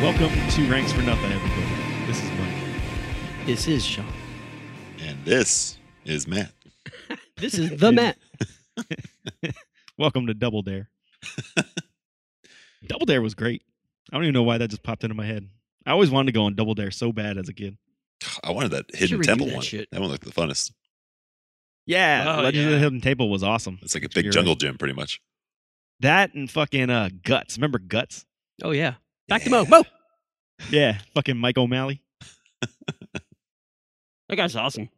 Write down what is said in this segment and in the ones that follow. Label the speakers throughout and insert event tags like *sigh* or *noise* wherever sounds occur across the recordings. Speaker 1: Welcome to Ranks for Nothing, everybody. This is Mike.
Speaker 2: This is Sean.
Speaker 3: And this is Matt.
Speaker 1: *laughs*
Speaker 2: This is the Matt.
Speaker 1: Welcome to Double
Speaker 2: *laughs*
Speaker 1: Dare. Double Dare was great. I don't even know why that just popped into my head. I always wanted to go on Double Dare so bad as a kid.
Speaker 3: I wanted that
Speaker 2: should
Speaker 3: hidden
Speaker 2: redo
Speaker 3: temple
Speaker 2: that
Speaker 3: one.
Speaker 2: shit.
Speaker 3: That one looked the funnest.
Speaker 1: Yeah,
Speaker 2: Oh,
Speaker 1: Legend of
Speaker 2: yeah.
Speaker 1: the Hidden Table was awesome.
Speaker 3: It's like a big
Speaker 1: You're
Speaker 3: jungle gym, pretty much.
Speaker 1: That and fucking uh, Guts. Remember Guts?
Speaker 2: Oh yeah. Back to Mo.
Speaker 3: Yeah.
Speaker 2: Mo.
Speaker 1: Yeah, *laughs* fucking Mike O'Malley.
Speaker 2: That guy's awesome.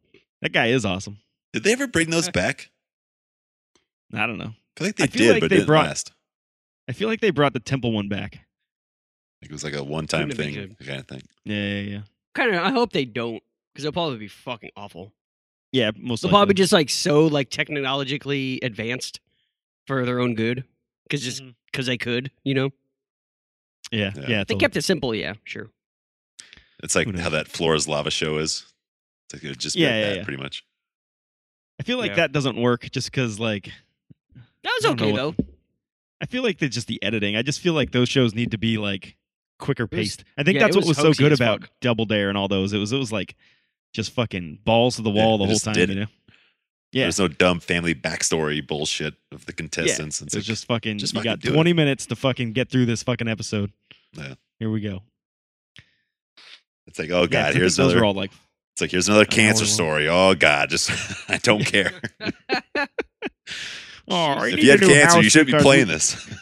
Speaker 1: That guy is awesome.
Speaker 3: Did they ever bring those back?
Speaker 1: I don't know.
Speaker 3: I feel like they
Speaker 1: I feel
Speaker 3: did,
Speaker 1: like
Speaker 3: but
Speaker 1: they
Speaker 3: it didn't
Speaker 1: brought-
Speaker 3: last.
Speaker 1: I feel like they brought the Temple one back.
Speaker 3: Like it was like a one-time
Speaker 2: Wouldn't it be
Speaker 3: thing, kind of thing.
Speaker 1: Yeah, yeah, yeah.
Speaker 2: Kind of. I hope they don't, because they'll probably be fucking awful.
Speaker 1: Yeah, most
Speaker 2: They'll
Speaker 1: likely.
Speaker 2: probably just like so like technologically advanced for their own good, because just
Speaker 1: Mhm.
Speaker 2: because they could, you know.
Speaker 1: yeah, yeah.
Speaker 3: Yeah.
Speaker 2: They
Speaker 1: totally.
Speaker 2: kept it simple. Yeah, sure.
Speaker 3: It's like
Speaker 1: Who knows?
Speaker 3: how that Flora's lava show is. It's like it would just be
Speaker 1: Yeah,
Speaker 3: like
Speaker 1: yeah,
Speaker 3: that,
Speaker 1: yeah.
Speaker 3: pretty much.
Speaker 1: I feel like
Speaker 2: Yeah.
Speaker 1: that doesn't work just because like
Speaker 2: That was
Speaker 1: I don't
Speaker 2: okay
Speaker 1: know
Speaker 2: though.
Speaker 1: what- I feel like they just the editing. I just feel like those shows need to be like quicker
Speaker 2: was-
Speaker 1: paced. I think
Speaker 2: yeah,
Speaker 1: that's
Speaker 2: it
Speaker 1: what was
Speaker 2: was
Speaker 1: so
Speaker 2: hoaxy
Speaker 1: good
Speaker 2: as
Speaker 1: about
Speaker 2: fuck.
Speaker 1: Double Dare and all those. It was it was like just fucking balls to the wall
Speaker 3: Yeah, they
Speaker 1: the whole
Speaker 3: just
Speaker 1: time,
Speaker 3: did
Speaker 1: you
Speaker 3: it.
Speaker 1: know. Yeah.
Speaker 3: There's no dumb family backstory bullshit of the contestants.
Speaker 1: It's
Speaker 3: like,
Speaker 1: just fucking
Speaker 3: just
Speaker 1: you
Speaker 3: fucking
Speaker 1: got
Speaker 3: do it.
Speaker 1: 20 minutes to fucking get through this fucking episode.
Speaker 3: Yeah.
Speaker 1: Here we go.
Speaker 3: it's like, oh
Speaker 1: Yeah, 'cause I
Speaker 3: god,
Speaker 1: think
Speaker 3: here's
Speaker 1: those
Speaker 3: another.
Speaker 1: are all like
Speaker 3: it's like here's another
Speaker 1: hour
Speaker 3: cancer
Speaker 1: long.
Speaker 3: story. Oh god, just *laughs*
Speaker 1: *laughs*
Speaker 3: I don't care.
Speaker 1: Oh, I
Speaker 3: if
Speaker 1: need
Speaker 3: you
Speaker 1: a
Speaker 3: had
Speaker 1: new
Speaker 3: cancer, you
Speaker 1: house
Speaker 3: should be
Speaker 1: because
Speaker 3: playing this.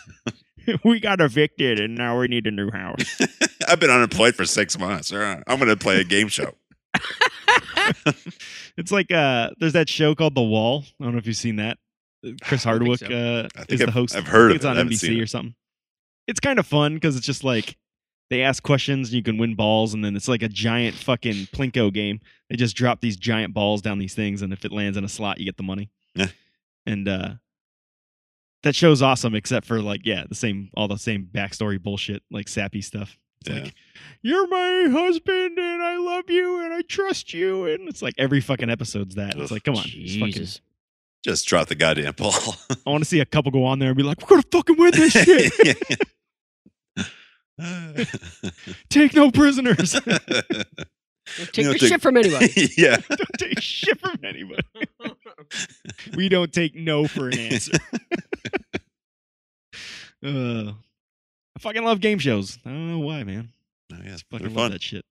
Speaker 3: *laughs*
Speaker 1: *laughs* we got evicted and now we need a new house.
Speaker 3: I've been unemployed for six months. Uh, I'm going to play a game show.
Speaker 1: it's like uh there's that show called The Wall. I don't know if you've seen that. Chris
Speaker 2: I don't
Speaker 1: Hardwick
Speaker 2: think so.
Speaker 1: uh
Speaker 3: I think
Speaker 1: is
Speaker 3: I've-
Speaker 1: the host.
Speaker 3: I've heard
Speaker 1: I think
Speaker 3: of
Speaker 1: it's
Speaker 3: it. I
Speaker 1: on
Speaker 3: haven't seen
Speaker 1: NBC
Speaker 3: it.
Speaker 1: or something. It's kind of fun because it's just like they ask questions and you can win balls, and then it's like a giant fucking plinko game. They just drop these giant balls down these things, and if it lands in a slot, you get the money.
Speaker 3: Yeah.
Speaker 1: And uh that show's awesome, except for like yeah, the same all the same backstory bullshit, like sappy stuff. It's
Speaker 3: Yeah.
Speaker 1: like you're my husband, and I love you, and I trust you, and it's like every fucking episode's that. It's
Speaker 3: Ugh.
Speaker 1: like come on, just fucking-
Speaker 2: Jesus.
Speaker 3: Just drop the goddamn
Speaker 1: *laughs*
Speaker 3: ball.
Speaker 1: I want to see a couple go on there and be like, we're gonna fucking win
Speaker 3: *laughs*
Speaker 1: this shit. Take no prisoners. *laughs*
Speaker 2: Take
Speaker 3: You know,
Speaker 2: your
Speaker 3: take-
Speaker 2: shit from anybody.
Speaker 3: yeah.
Speaker 1: don't take shit from anybody. We don't take no for
Speaker 3: *laughs*
Speaker 1: an answer. Uh, I fucking love game shows. I don't know why, man.
Speaker 3: Oh, yes,
Speaker 1: Fucking
Speaker 3: they're
Speaker 1: love
Speaker 3: fun.
Speaker 1: that shit.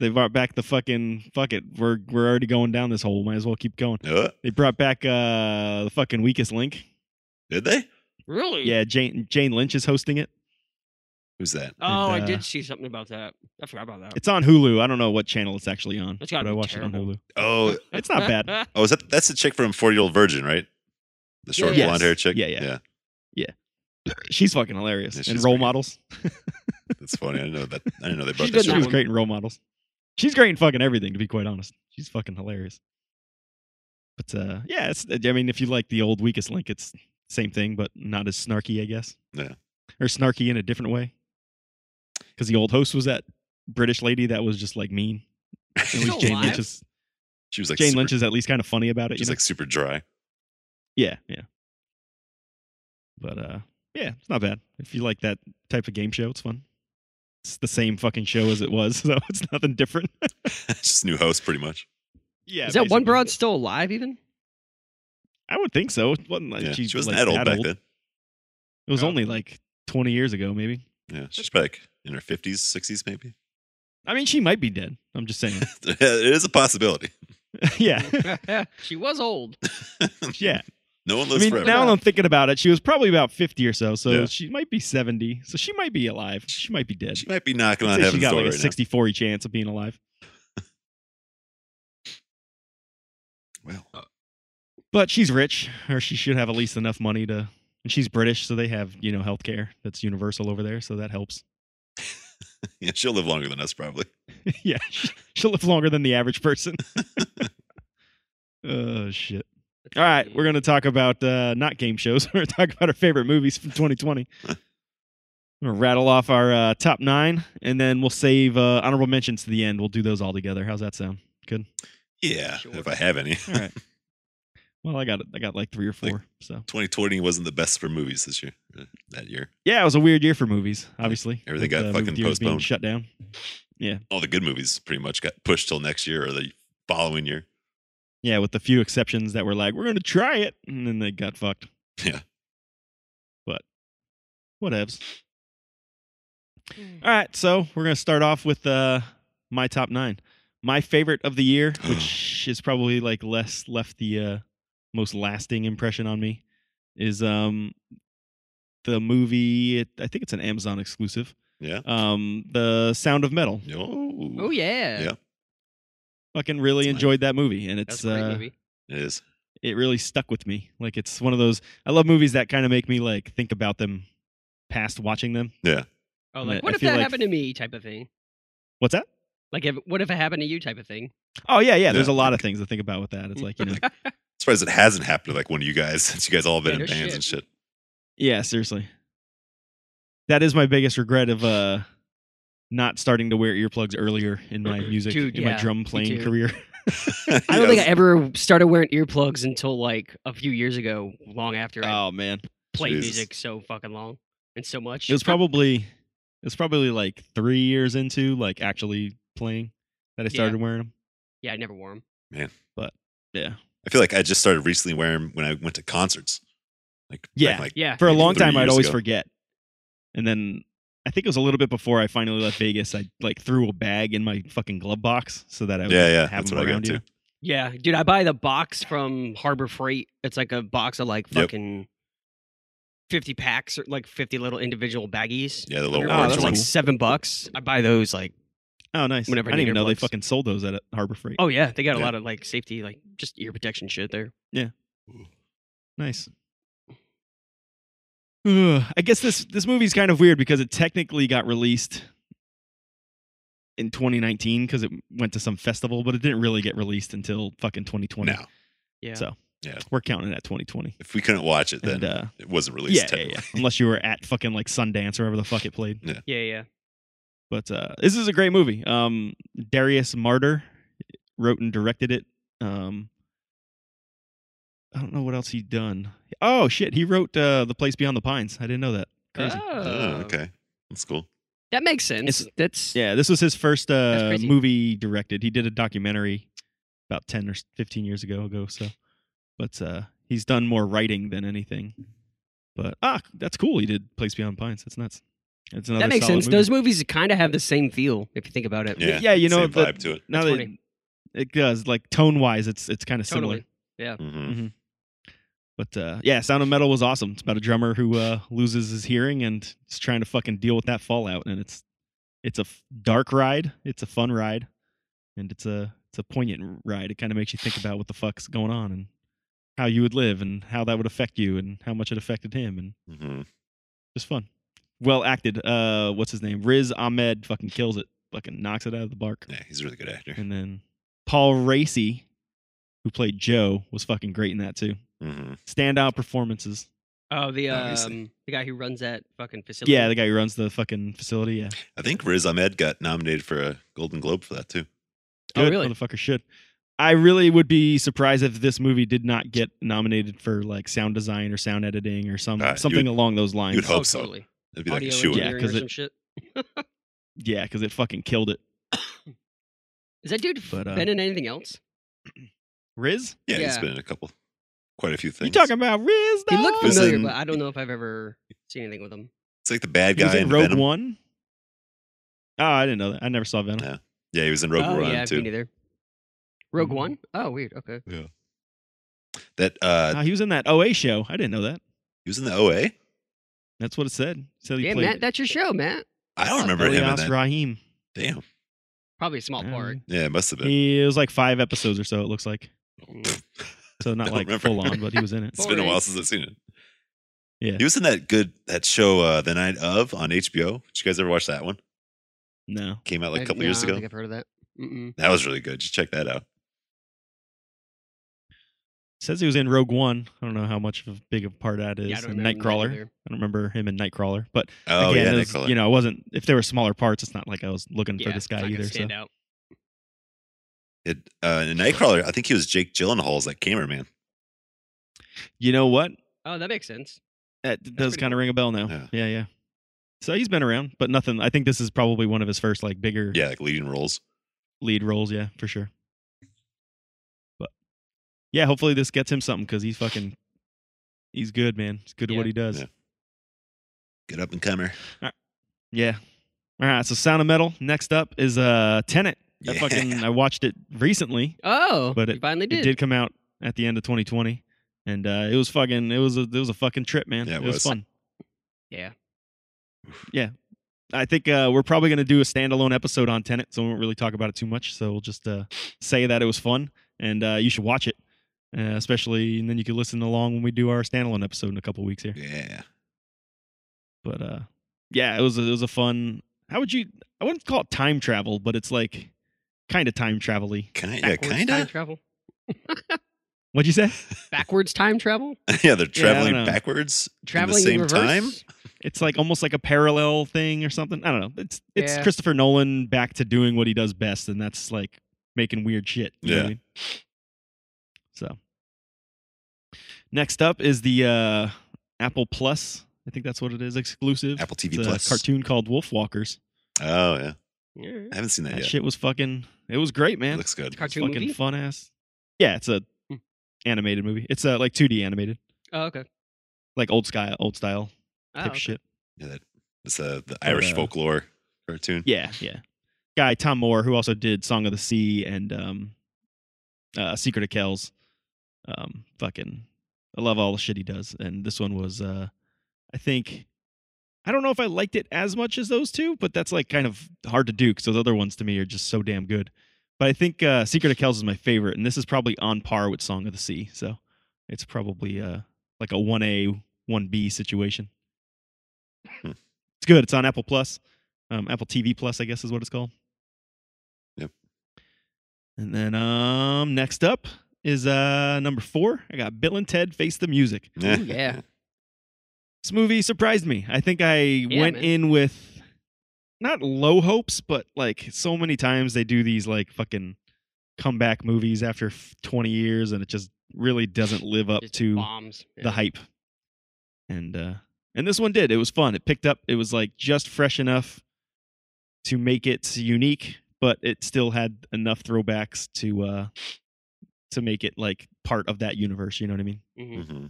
Speaker 1: They brought back the fucking fuck it. We're we're already going down this hole. Might as well keep going.
Speaker 3: Uh,
Speaker 1: They brought back uh the fucking weakest link.
Speaker 3: did they?
Speaker 2: *laughs* really?
Speaker 1: Yeah, Jane Jane Lynch is hosting it.
Speaker 3: Who's that?
Speaker 2: Oh,
Speaker 1: And,
Speaker 2: I
Speaker 1: uh,
Speaker 2: did see something about that. I forgot about that.
Speaker 1: It's on Hulu. I don't know what channel it's actually on.
Speaker 2: It's gotta
Speaker 1: but I
Speaker 2: be
Speaker 1: watched it on
Speaker 2: terrible.
Speaker 1: Hulu.
Speaker 3: Oh,
Speaker 1: It's not
Speaker 2: *laughs*
Speaker 1: bad.
Speaker 3: oh, is that that's the chick from Forty Year Old Virgin, right? The short
Speaker 2: Yes.
Speaker 3: blonde hair chick.
Speaker 1: Yeah, yeah. She's fucking hilarious.
Speaker 3: Yeah,
Speaker 1: and
Speaker 3: she's
Speaker 1: role
Speaker 3: great.
Speaker 1: models.
Speaker 3: That's funny. I didn't know that. I didn't know they brought
Speaker 2: She's
Speaker 3: that.
Speaker 2: been
Speaker 1: She
Speaker 3: show
Speaker 1: was
Speaker 3: up.
Speaker 2: one.
Speaker 1: great in role models. She's great in fucking everything, to be quite honest. She's fucking hilarious. But uh, yeah, it's, I mean, if you like the old weakest link, it's same thing, but not as snarky, I guess.
Speaker 3: Yeah.
Speaker 1: Or snarky in a different way. Because the old host was that British lady that was just like mean. At
Speaker 2: Still
Speaker 1: least Jane
Speaker 2: alive?
Speaker 1: Lynch is
Speaker 3: *laughs* She was like
Speaker 1: Jane
Speaker 3: super,
Speaker 1: Lynch is at least kind of funny about it. You
Speaker 3: She's
Speaker 1: know?
Speaker 3: like super dry. *laughs*
Speaker 1: yeah, yeah. But uh, yeah, it's not bad. If you like that type of game show, it's fun. It's the same fucking show as it was, *laughs* so it's nothing different.
Speaker 3: Just new host, pretty much.
Speaker 1: Yeah,
Speaker 2: Is that one
Speaker 1: basically.
Speaker 2: broad still alive
Speaker 1: *laughs*
Speaker 2: even? *laughs*
Speaker 1: I would think so. It wasn't like
Speaker 3: Yeah.
Speaker 1: she,
Speaker 3: She wasn't
Speaker 1: like,
Speaker 3: that old back then.
Speaker 1: It was
Speaker 2: Oh.
Speaker 1: only like 20 years ago, maybe.
Speaker 3: Yeah, she's probably like in her fifties, sixties, maybe. *laughs*
Speaker 1: I mean, she might be dead. I'm just saying. *laughs*
Speaker 3: it is a possibility.
Speaker 1: yeah,
Speaker 2: she was old.
Speaker 1: yeah.
Speaker 3: No one
Speaker 1: I
Speaker 3: lives
Speaker 1: mean,
Speaker 3: forever.
Speaker 1: now that I'm thinking about it, she was probably about 50 or so, so
Speaker 3: Yeah.
Speaker 1: she might be 70. So she might be alive. She might be dead.
Speaker 3: she might be knocking
Speaker 1: I'd
Speaker 3: on
Speaker 1: say she
Speaker 3: heaven's
Speaker 1: got
Speaker 3: door
Speaker 1: like a
Speaker 3: right now.
Speaker 1: 60-40 chance of being alive.
Speaker 3: Well,
Speaker 1: But she's rich, or she should have at least enough money to. And she's British, so they have you know health care that's universal over there, so that helps.
Speaker 3: *laughs*
Speaker 1: *laughs*
Speaker 3: yeah, she'll live longer than us probably.
Speaker 1: yeah, *laughs* she- she'll live longer than the average
Speaker 3: *laughs*
Speaker 1: person. *laughs* oh shit. All right, we're going to talk about uh, not game shows. *laughs* we're going to talk about our favorite movies from
Speaker 3: *laughs*
Speaker 1: 2020. I'm going to rattle off our uh, top nine, and then we'll save uh, honorable mentions to the end. We'll do those all together. How's that sound? Good.
Speaker 3: Yeah,
Speaker 2: Sure.
Speaker 3: if I have any.
Speaker 1: All
Speaker 3: *laughs*
Speaker 1: right. well, I got I got like three or four. So
Speaker 3: 2020 wasn't the best for movies this year. uh, that year.
Speaker 1: Yeah, it was a weird year for movies. Obviously,
Speaker 3: Everything
Speaker 1: with, uh,
Speaker 3: got
Speaker 1: movie
Speaker 3: fucking
Speaker 1: theaters being
Speaker 3: postponed.
Speaker 1: shut down.
Speaker 3: All the good movies pretty much got pushed till next year or the following year.
Speaker 1: Yeah, with the few exceptions that were like, we're going to try it, and then they got fucked.
Speaker 3: *laughs* Yeah.
Speaker 1: But whatevs. All right, so we're going to start off with uh, my top nine. My favorite of the year, which is probably like less left the uh, most lasting impression on me, is um the movie. I think it's an Amazon exclusive.
Speaker 3: Yeah.
Speaker 1: Um, the Sound of Metal.
Speaker 3: Oh,
Speaker 2: Oh yeah,
Speaker 3: Yeah.
Speaker 1: Fucking really
Speaker 3: That's nice.
Speaker 1: enjoyed that movie, and it's
Speaker 2: that's a great
Speaker 1: uh,
Speaker 2: movie.
Speaker 3: It is.
Speaker 1: it really stuck with me. Like it's one of those I love movies that kind of make me like think about them past watching them.
Speaker 2: Oh,
Speaker 1: I-
Speaker 2: like what
Speaker 1: I
Speaker 2: if
Speaker 1: feel
Speaker 2: that
Speaker 1: like-
Speaker 2: happened to me type of thing.
Speaker 1: What's that?
Speaker 2: Like if what if it happened to you type of thing.
Speaker 1: Oh yeah, yeah. There's a
Speaker 3: Yeah,
Speaker 1: lot
Speaker 3: like-
Speaker 1: of things to think about with that. It's like you know,
Speaker 3: surprised it hasn't happened to like one of you guys *laughs* since you guys all been
Speaker 2: Yeah, no
Speaker 3: in bands
Speaker 2: shit.
Speaker 3: and shit. *laughs*
Speaker 1: yeah, seriously. That is my biggest regret of uh not starting to wear earplugs earlier in my music,
Speaker 2: Dude,
Speaker 1: in
Speaker 2: yeah,
Speaker 1: my drum
Speaker 2: me
Speaker 1: playing
Speaker 2: too.
Speaker 1: career.
Speaker 2: I don't think I ever started wearing earplugs until like a few years ago,
Speaker 1: *laughs*
Speaker 2: long after I
Speaker 1: oh man,
Speaker 2: played
Speaker 3: Jesus.
Speaker 2: music so fucking long and so much.
Speaker 1: it was probably it was probably like three years into like actually playing that I
Speaker 2: Yeah.
Speaker 1: started wearing them.
Speaker 2: yeah, I never wore them.
Speaker 1: Yeah,
Speaker 3: I feel like I just started recently wearing when I went to concerts. Like back
Speaker 1: Yeah.
Speaker 3: in, like
Speaker 2: Yeah,
Speaker 1: for a
Speaker 3: maybe
Speaker 1: long
Speaker 3: three
Speaker 1: time I'd
Speaker 3: years
Speaker 1: always
Speaker 3: ago.
Speaker 1: forget. And then I think it was a little bit before I finally left Vegas. I like threw a bag in my fucking glove box so that I would
Speaker 3: yeah, yeah,
Speaker 1: have
Speaker 3: that's
Speaker 1: them
Speaker 3: what I
Speaker 1: around
Speaker 3: got
Speaker 1: you.
Speaker 3: too.
Speaker 2: yeah, dude, I buy the box from Harbor Freight. It's like a box of like
Speaker 3: Yep.
Speaker 2: fucking fifty packs or like fifty little individual baggies.
Speaker 3: Yeah, the
Speaker 2: They're
Speaker 3: little
Speaker 1: Oh, that's
Speaker 3: orange
Speaker 2: like
Speaker 1: cool.
Speaker 3: ones.
Speaker 2: seven bucks. I buy those like
Speaker 1: Oh, nice.
Speaker 2: Whenever
Speaker 1: I
Speaker 2: I
Speaker 1: didn't
Speaker 2: need
Speaker 1: even know they
Speaker 2: earplugs.
Speaker 1: fucking sold those at Harbor Freight.
Speaker 2: oh yeah, they got a
Speaker 3: Yeah.
Speaker 2: lot of like safety like just ear protection shit there.
Speaker 1: Nice. Ugh, I guess this this movie's kind of weird because it technically got released in 2019 because it went to some festival, but it didn't really get released until fucking 2020.
Speaker 3: Now,
Speaker 2: Yeah.
Speaker 1: So- We're counting it at 2020.
Speaker 3: if we couldn't watch it, then
Speaker 1: And, uh,
Speaker 3: it wasn't
Speaker 1: yeah,
Speaker 3: released.
Speaker 1: yeah, yeah. Unless you were at fucking like Sundance or wherever the fuck it played.
Speaker 2: yeah, yeah.
Speaker 1: But uh, this is a great movie. Um, Darius Martyr wrote and directed it. Um, I don't know what else he done. Oh shit, he wrote uh, the Place Beyond the Pines. I didn't know that. Crazy.
Speaker 3: Oh,
Speaker 1: Uh.
Speaker 2: Oh,
Speaker 3: okay, that's cool.
Speaker 2: That makes sense. That's
Speaker 1: Yeah, this was his first uh,
Speaker 2: crazy.
Speaker 1: movie directed. He did a documentary about ten or fifteen years ago. Ago, so, but uh, he's done more writing than anything. But ah, that's cool. He did Place Beyond Pines. That's nuts. That's another
Speaker 2: that makes
Speaker 1: solid
Speaker 2: sense.
Speaker 1: movie.
Speaker 2: Those movies kind of have the same feel if you think about it.
Speaker 3: Yeah,
Speaker 1: yeah, you know,
Speaker 3: same
Speaker 1: the-
Speaker 3: vibe to it.
Speaker 1: now
Speaker 2: That's
Speaker 1: that it does like tone wise it's it's kind of similar
Speaker 2: Totally.
Speaker 3: Mhm.
Speaker 1: Mm-hmm. but uh yeah sound of metal was awesome it's about a drummer who uh loses his hearing and is trying to fucking deal with that fallout and it's it's a f- dark ride it's a fun ride and it's a it's a poignant ride it kind of makes you think about what the fuck's going on and how you would live and how that would affect you and how much it affected him and
Speaker 3: Mhm.
Speaker 1: just fun well acted uh what's his name riz ahmed fucking kills it fucking knocks it out of the park
Speaker 3: Yeah, he's a really good actor.
Speaker 1: and then Paul Racy, who played Joe, was fucking great in that too.
Speaker 3: Mhm.
Speaker 1: Standout performances.
Speaker 2: Oh, the
Speaker 3: Obviously.
Speaker 2: um, the guy who runs that fucking facility.
Speaker 1: Yeah, the guy who runs the fucking facility. Yeah,
Speaker 3: I think Riz Ahmed got nominated for a Golden Globe for that too.
Speaker 2: Oh,
Speaker 1: good
Speaker 2: really?
Speaker 1: motherfucker should. I really would be surprised if this movie did not get nominated for like sound design or sound editing or some
Speaker 3: Uh, you
Speaker 1: something along those
Speaker 3: you'd
Speaker 1: lines.
Speaker 3: hope
Speaker 2: oh,
Speaker 3: so.
Speaker 2: totally.
Speaker 3: It'd be
Speaker 2: Audio
Speaker 3: like a shoe.
Speaker 1: engineer.
Speaker 3: Yeah.
Speaker 2: engineering
Speaker 1: 'cause
Speaker 2: or
Speaker 1: it-
Speaker 2: some shit.
Speaker 1: Yeah, because it fucking killed it.
Speaker 2: Is that dude
Speaker 1: But, uh,
Speaker 2: been in anything else?
Speaker 1: Riz,
Speaker 3: yeah, he's
Speaker 2: Yeah.
Speaker 3: been in a couple, quite a few things.
Speaker 1: you talking about Riz?
Speaker 2: He looked
Speaker 1: dog?
Speaker 3: He's
Speaker 2: familiar,
Speaker 3: in-
Speaker 2: but I don't know if I've ever seen anything with him.
Speaker 3: It's like the bad
Speaker 1: He was
Speaker 3: guy
Speaker 1: in
Speaker 3: in
Speaker 1: Rogue
Speaker 3: Venom.
Speaker 1: One. Oh, I didn't know that. I never saw Venom.
Speaker 3: Yeah. Yeah, he was in Rogue
Speaker 2: oh,
Speaker 3: One
Speaker 2: yeah, I've
Speaker 3: too.
Speaker 2: seen either. Rogue
Speaker 1: Mhm.
Speaker 2: One? Oh, weird. Okay.
Speaker 3: That uh,
Speaker 1: Ah, he was in that OA show. I didn't know that.
Speaker 3: he was in the OA.
Speaker 1: That's what it said. It said he
Speaker 2: Yeah,
Speaker 1: played
Speaker 2: Matt, that's your show, Matt.
Speaker 3: I don't
Speaker 2: Oh,
Speaker 3: remember him in
Speaker 1: Elias
Speaker 3: that.
Speaker 1: Rahim.
Speaker 3: Damn.
Speaker 2: Probably a small
Speaker 1: Yeah,
Speaker 2: part.
Speaker 3: Yeah, it must have been.
Speaker 1: He, it was like five episodes or so. It looks like
Speaker 3: Oh,
Speaker 2: Mm.
Speaker 1: so, not
Speaker 3: *laughs* Don't
Speaker 1: like
Speaker 3: remember.
Speaker 1: full on, but he was in it.
Speaker 3: It's been a while
Speaker 2: Boring.
Speaker 3: since I've seen it.
Speaker 1: Yeah.
Speaker 3: He was in that good that show uh, The Night of on HBO. Did you guys ever watch that one?
Speaker 1: No,
Speaker 3: Came out like
Speaker 2: I-
Speaker 3: a couple
Speaker 2: no,
Speaker 3: years
Speaker 2: I don't
Speaker 3: ago.
Speaker 2: think I've heard of that. Mm-mm.
Speaker 3: That was really good. Just check that out.
Speaker 1: says he was in Rogue One. I don't know how much of a big of a part that is.
Speaker 2: Yeah, I don't
Speaker 1: and
Speaker 2: remember
Speaker 1: Nightcrawler.
Speaker 2: that
Speaker 1: I
Speaker 2: either.
Speaker 1: don't remember him in Nightcrawler, but
Speaker 3: Oh
Speaker 1: again, it
Speaker 3: yeah,
Speaker 1: was-
Speaker 3: Nightcrawler.
Speaker 1: you know, I wasn't. If there were smaller parts, it's not like I was looking
Speaker 2: Yeah,
Speaker 1: for this
Speaker 2: it's not
Speaker 1: guy
Speaker 2: gonna
Speaker 1: either. So
Speaker 2: Stand out.
Speaker 3: It, uh, in Nightcrawler, I think he was Jake Gyllenhaal's like cameraman.
Speaker 1: you know what?
Speaker 2: Oh, that makes sense.
Speaker 1: That does
Speaker 2: pretty
Speaker 1: kind of ring a bell now.
Speaker 3: Yeah.
Speaker 1: yeah, yeah. So he's been around, but nothing. I think this is probably one of his first like bigger
Speaker 3: Yeah, like leading roles.
Speaker 1: lead roles. Yeah, for sure. But yeah, hopefully this gets him something because he's fucking, he's good, man. He's good at
Speaker 2: Yeah.
Speaker 1: what he does.
Speaker 3: Yeah. Get up and comer.
Speaker 1: Yeah. All right. So Sound of Metal. Next up is uh Tenet. That
Speaker 3: Yeah.
Speaker 1: fucking I watched it recently.
Speaker 2: Oh,
Speaker 1: But
Speaker 2: but it finally did.
Speaker 1: It did come out at the end of 2020, and uh it was fucking. It was a it was a fucking trip, man.
Speaker 3: Yeah, it
Speaker 1: was.
Speaker 3: was.
Speaker 1: fun.
Speaker 2: Yeah.
Speaker 1: Yeah. I think uh, we're probably going to do a standalone episode on Tenet, so we won't really talk about it too much. So we'll just uh, say that it was fun, and uh, you should watch it, uh, especially, and then you can listen along when we do our standalone episode in a couple weeks here.
Speaker 3: *laughs* Yeah.
Speaker 1: but uh yeah it was a, it was a fun how would you i wouldn't call it time travel but it's like kind of time travel y
Speaker 3: Kind yeah,
Speaker 2: Backwards
Speaker 3: kind
Speaker 2: time
Speaker 3: of.
Speaker 2: travel.
Speaker 1: what'd you say
Speaker 2: Backwards
Speaker 1: *laughs*
Speaker 2: time travel.
Speaker 3: *laughs* yeah, they're traveling
Speaker 1: know.
Speaker 3: backwards
Speaker 2: Traveling
Speaker 3: in the same
Speaker 2: in
Speaker 3: time.
Speaker 2: reverse.
Speaker 1: it's like almost like a parallel thing or something i don't know it's it's
Speaker 2: Yeah.
Speaker 1: christopher nolan back to doing what he does best and that's like making weird shit you know what I
Speaker 3: Yeah.
Speaker 1: mean? so next up is the uh apple plus i think that's what it is exclusive
Speaker 3: Apple TV
Speaker 1: it's
Speaker 3: Plus.
Speaker 1: a cartoon called wolf walkers
Speaker 3: Oh yeah,
Speaker 2: Yeah.
Speaker 3: I haven't seen that,
Speaker 1: that
Speaker 3: yet.
Speaker 1: shit was fucking it was great
Speaker 3: It
Speaker 1: man
Speaker 3: looks good.
Speaker 2: Cartoon
Speaker 1: fucking
Speaker 2: movie.
Speaker 1: fun ass. Yeah, it's a
Speaker 2: Hmm.
Speaker 1: animated movie. It's uh, like 2D animated,
Speaker 2: Oh, okay.
Speaker 1: like old style, old style
Speaker 2: Oh,
Speaker 1: type
Speaker 2: okay.
Speaker 1: shit.
Speaker 3: Yeah, that, it's uh, the Irish
Speaker 1: uh,
Speaker 3: folklore cartoon.
Speaker 1: Yeah, yeah. Guy Tom Moore, who also did Song of the Sea and um, uh, Secret of Kells. Um, fucking, I love all the shit he does. And this one was, uh, I think, I don't know if I liked it as much as those two, but that's like kind of hard to do because those other ones to me are just so damn good. But I think uh, Secret of Kells is my favorite, and this is probably on par with Song of the Sea. So it's probably uh, like a 1A, 1B situation.
Speaker 3: Hmm.
Speaker 1: It's good. It's on Apple Plus um, Apple TV Plus, I guess is what it's called.
Speaker 3: Yep.
Speaker 1: And then um, next up is uh, number four. I got Bill and Ted Face the Music.
Speaker 2: Ooh, yeah.
Speaker 1: This movie surprised me. I think I went
Speaker 2: man.
Speaker 1: in with not low hopes, but like so many times they do these like fucking comeback movies after f- 20 years and it just really doesn't live *laughs* up
Speaker 2: Just
Speaker 1: to
Speaker 2: bombs.
Speaker 1: the hype. And uh and this one did. It was fun. It picked up. It was like just fresh enough to make it unique, but it still had enough throwbacks to uh to make it like part of that universe, you know what I mean?
Speaker 2: hmm
Speaker 3: hmm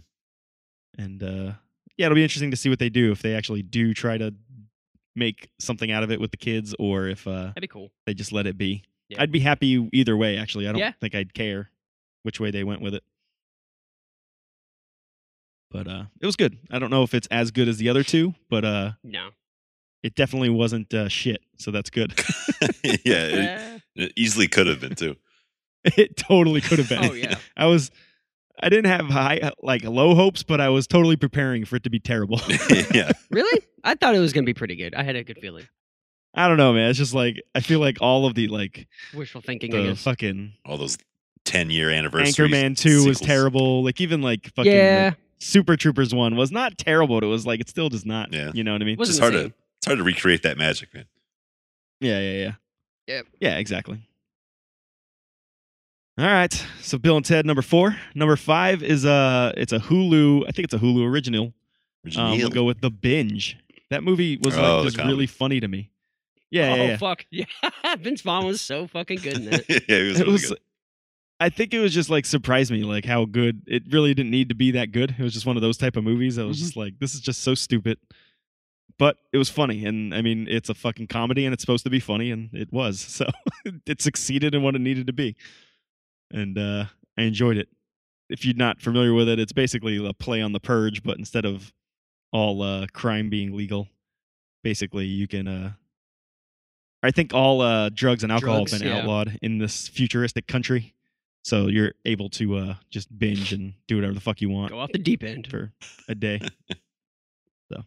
Speaker 1: And uh yeah, it'll be interesting to see what they do if they actually do try to make something out of it with the kids or if uh
Speaker 2: That'd be cool.
Speaker 1: they just let it be.
Speaker 2: Yeah.
Speaker 1: I'd be happy e, either way, actually. I don't
Speaker 2: Yeah.
Speaker 1: think I'd care which way they went with it. But uh, it was good. I don't know if it's as good as the other two, but uh,
Speaker 2: No.
Speaker 1: *laughs* it definitely wasn't uh, shit. So that's good.
Speaker 3: *laughs*
Speaker 1: *laughs*
Speaker 3: yeah, it,
Speaker 2: Eh.
Speaker 3: it easily could have been too. *laughs*
Speaker 1: it totally could have
Speaker 2: Eh.
Speaker 1: been.
Speaker 2: oh yeah.
Speaker 1: I was, I didn't have high uh, like low hopes, but I was totally preparing for it to be terrible.
Speaker 2: *laughs*
Speaker 1: *laughs*
Speaker 3: yeah,
Speaker 2: Really? I thought it was gonna be pretty good. I had a good feeling.
Speaker 1: I don't know, man. It's just like I feel like all of the like
Speaker 2: Wishful thinking. I
Speaker 1: the
Speaker 2: guess.
Speaker 1: fucking
Speaker 3: all those ten-year anniversary.
Speaker 1: Anchorman Two was
Speaker 3: sequels.
Speaker 1: terrible. Like even like fucking like,
Speaker 2: yeah.
Speaker 1: Super Troopers one was not terrible, but it was like it's still just not.
Speaker 3: Yeah.
Speaker 1: You know what I mean?
Speaker 2: Wasn't
Speaker 3: It's
Speaker 2: the
Speaker 3: hard
Speaker 2: same.
Speaker 3: to it's hard to recreate that magic, man.
Speaker 1: yeah, yeah, yeah.
Speaker 2: Yep.
Speaker 1: Yeah, exactly. All right. So Bill and Ted number four. Number five is uh it's a Hulu, I think it's a Hulu original. Um, we'll
Speaker 3: Neil.
Speaker 1: go with the binge. That movie was like
Speaker 3: Oh, the
Speaker 1: just
Speaker 3: comedy.
Speaker 1: really funny to me. Yeah,
Speaker 2: oh
Speaker 1: yeah, yeah.
Speaker 2: fuck. *laughs* Yeah. Vince Vaughn was so fucking good
Speaker 1: *laughs*
Speaker 2: in that.
Speaker 3: *laughs* yeah, it
Speaker 1: It
Speaker 3: was really
Speaker 1: was-
Speaker 3: good.
Speaker 1: I think it was just like surprised me, like how good it really didn't need to be that good. It was just one of those type of movies. I was just like, this is just so stupid, but it was funny. And I mean, it's a fucking comedy, and it's supposed to be funny, and it was. *laughs* So it succeeded in what it needed to be, and uh, I enjoyed it. If you're not familiar with it, it's basically a play on the Purge, but instead of all uh, crime being legal, basically you can. Uh, I think all uh, drugs and alcohol
Speaker 2: Drugs,
Speaker 1: have been
Speaker 2: yeah.
Speaker 1: outlawed in this futuristic country. So you're able to uh, just binge and do whatever the fuck you want
Speaker 2: Go off the deep end.
Speaker 1: for a day.
Speaker 2: *laughs*
Speaker 1: so,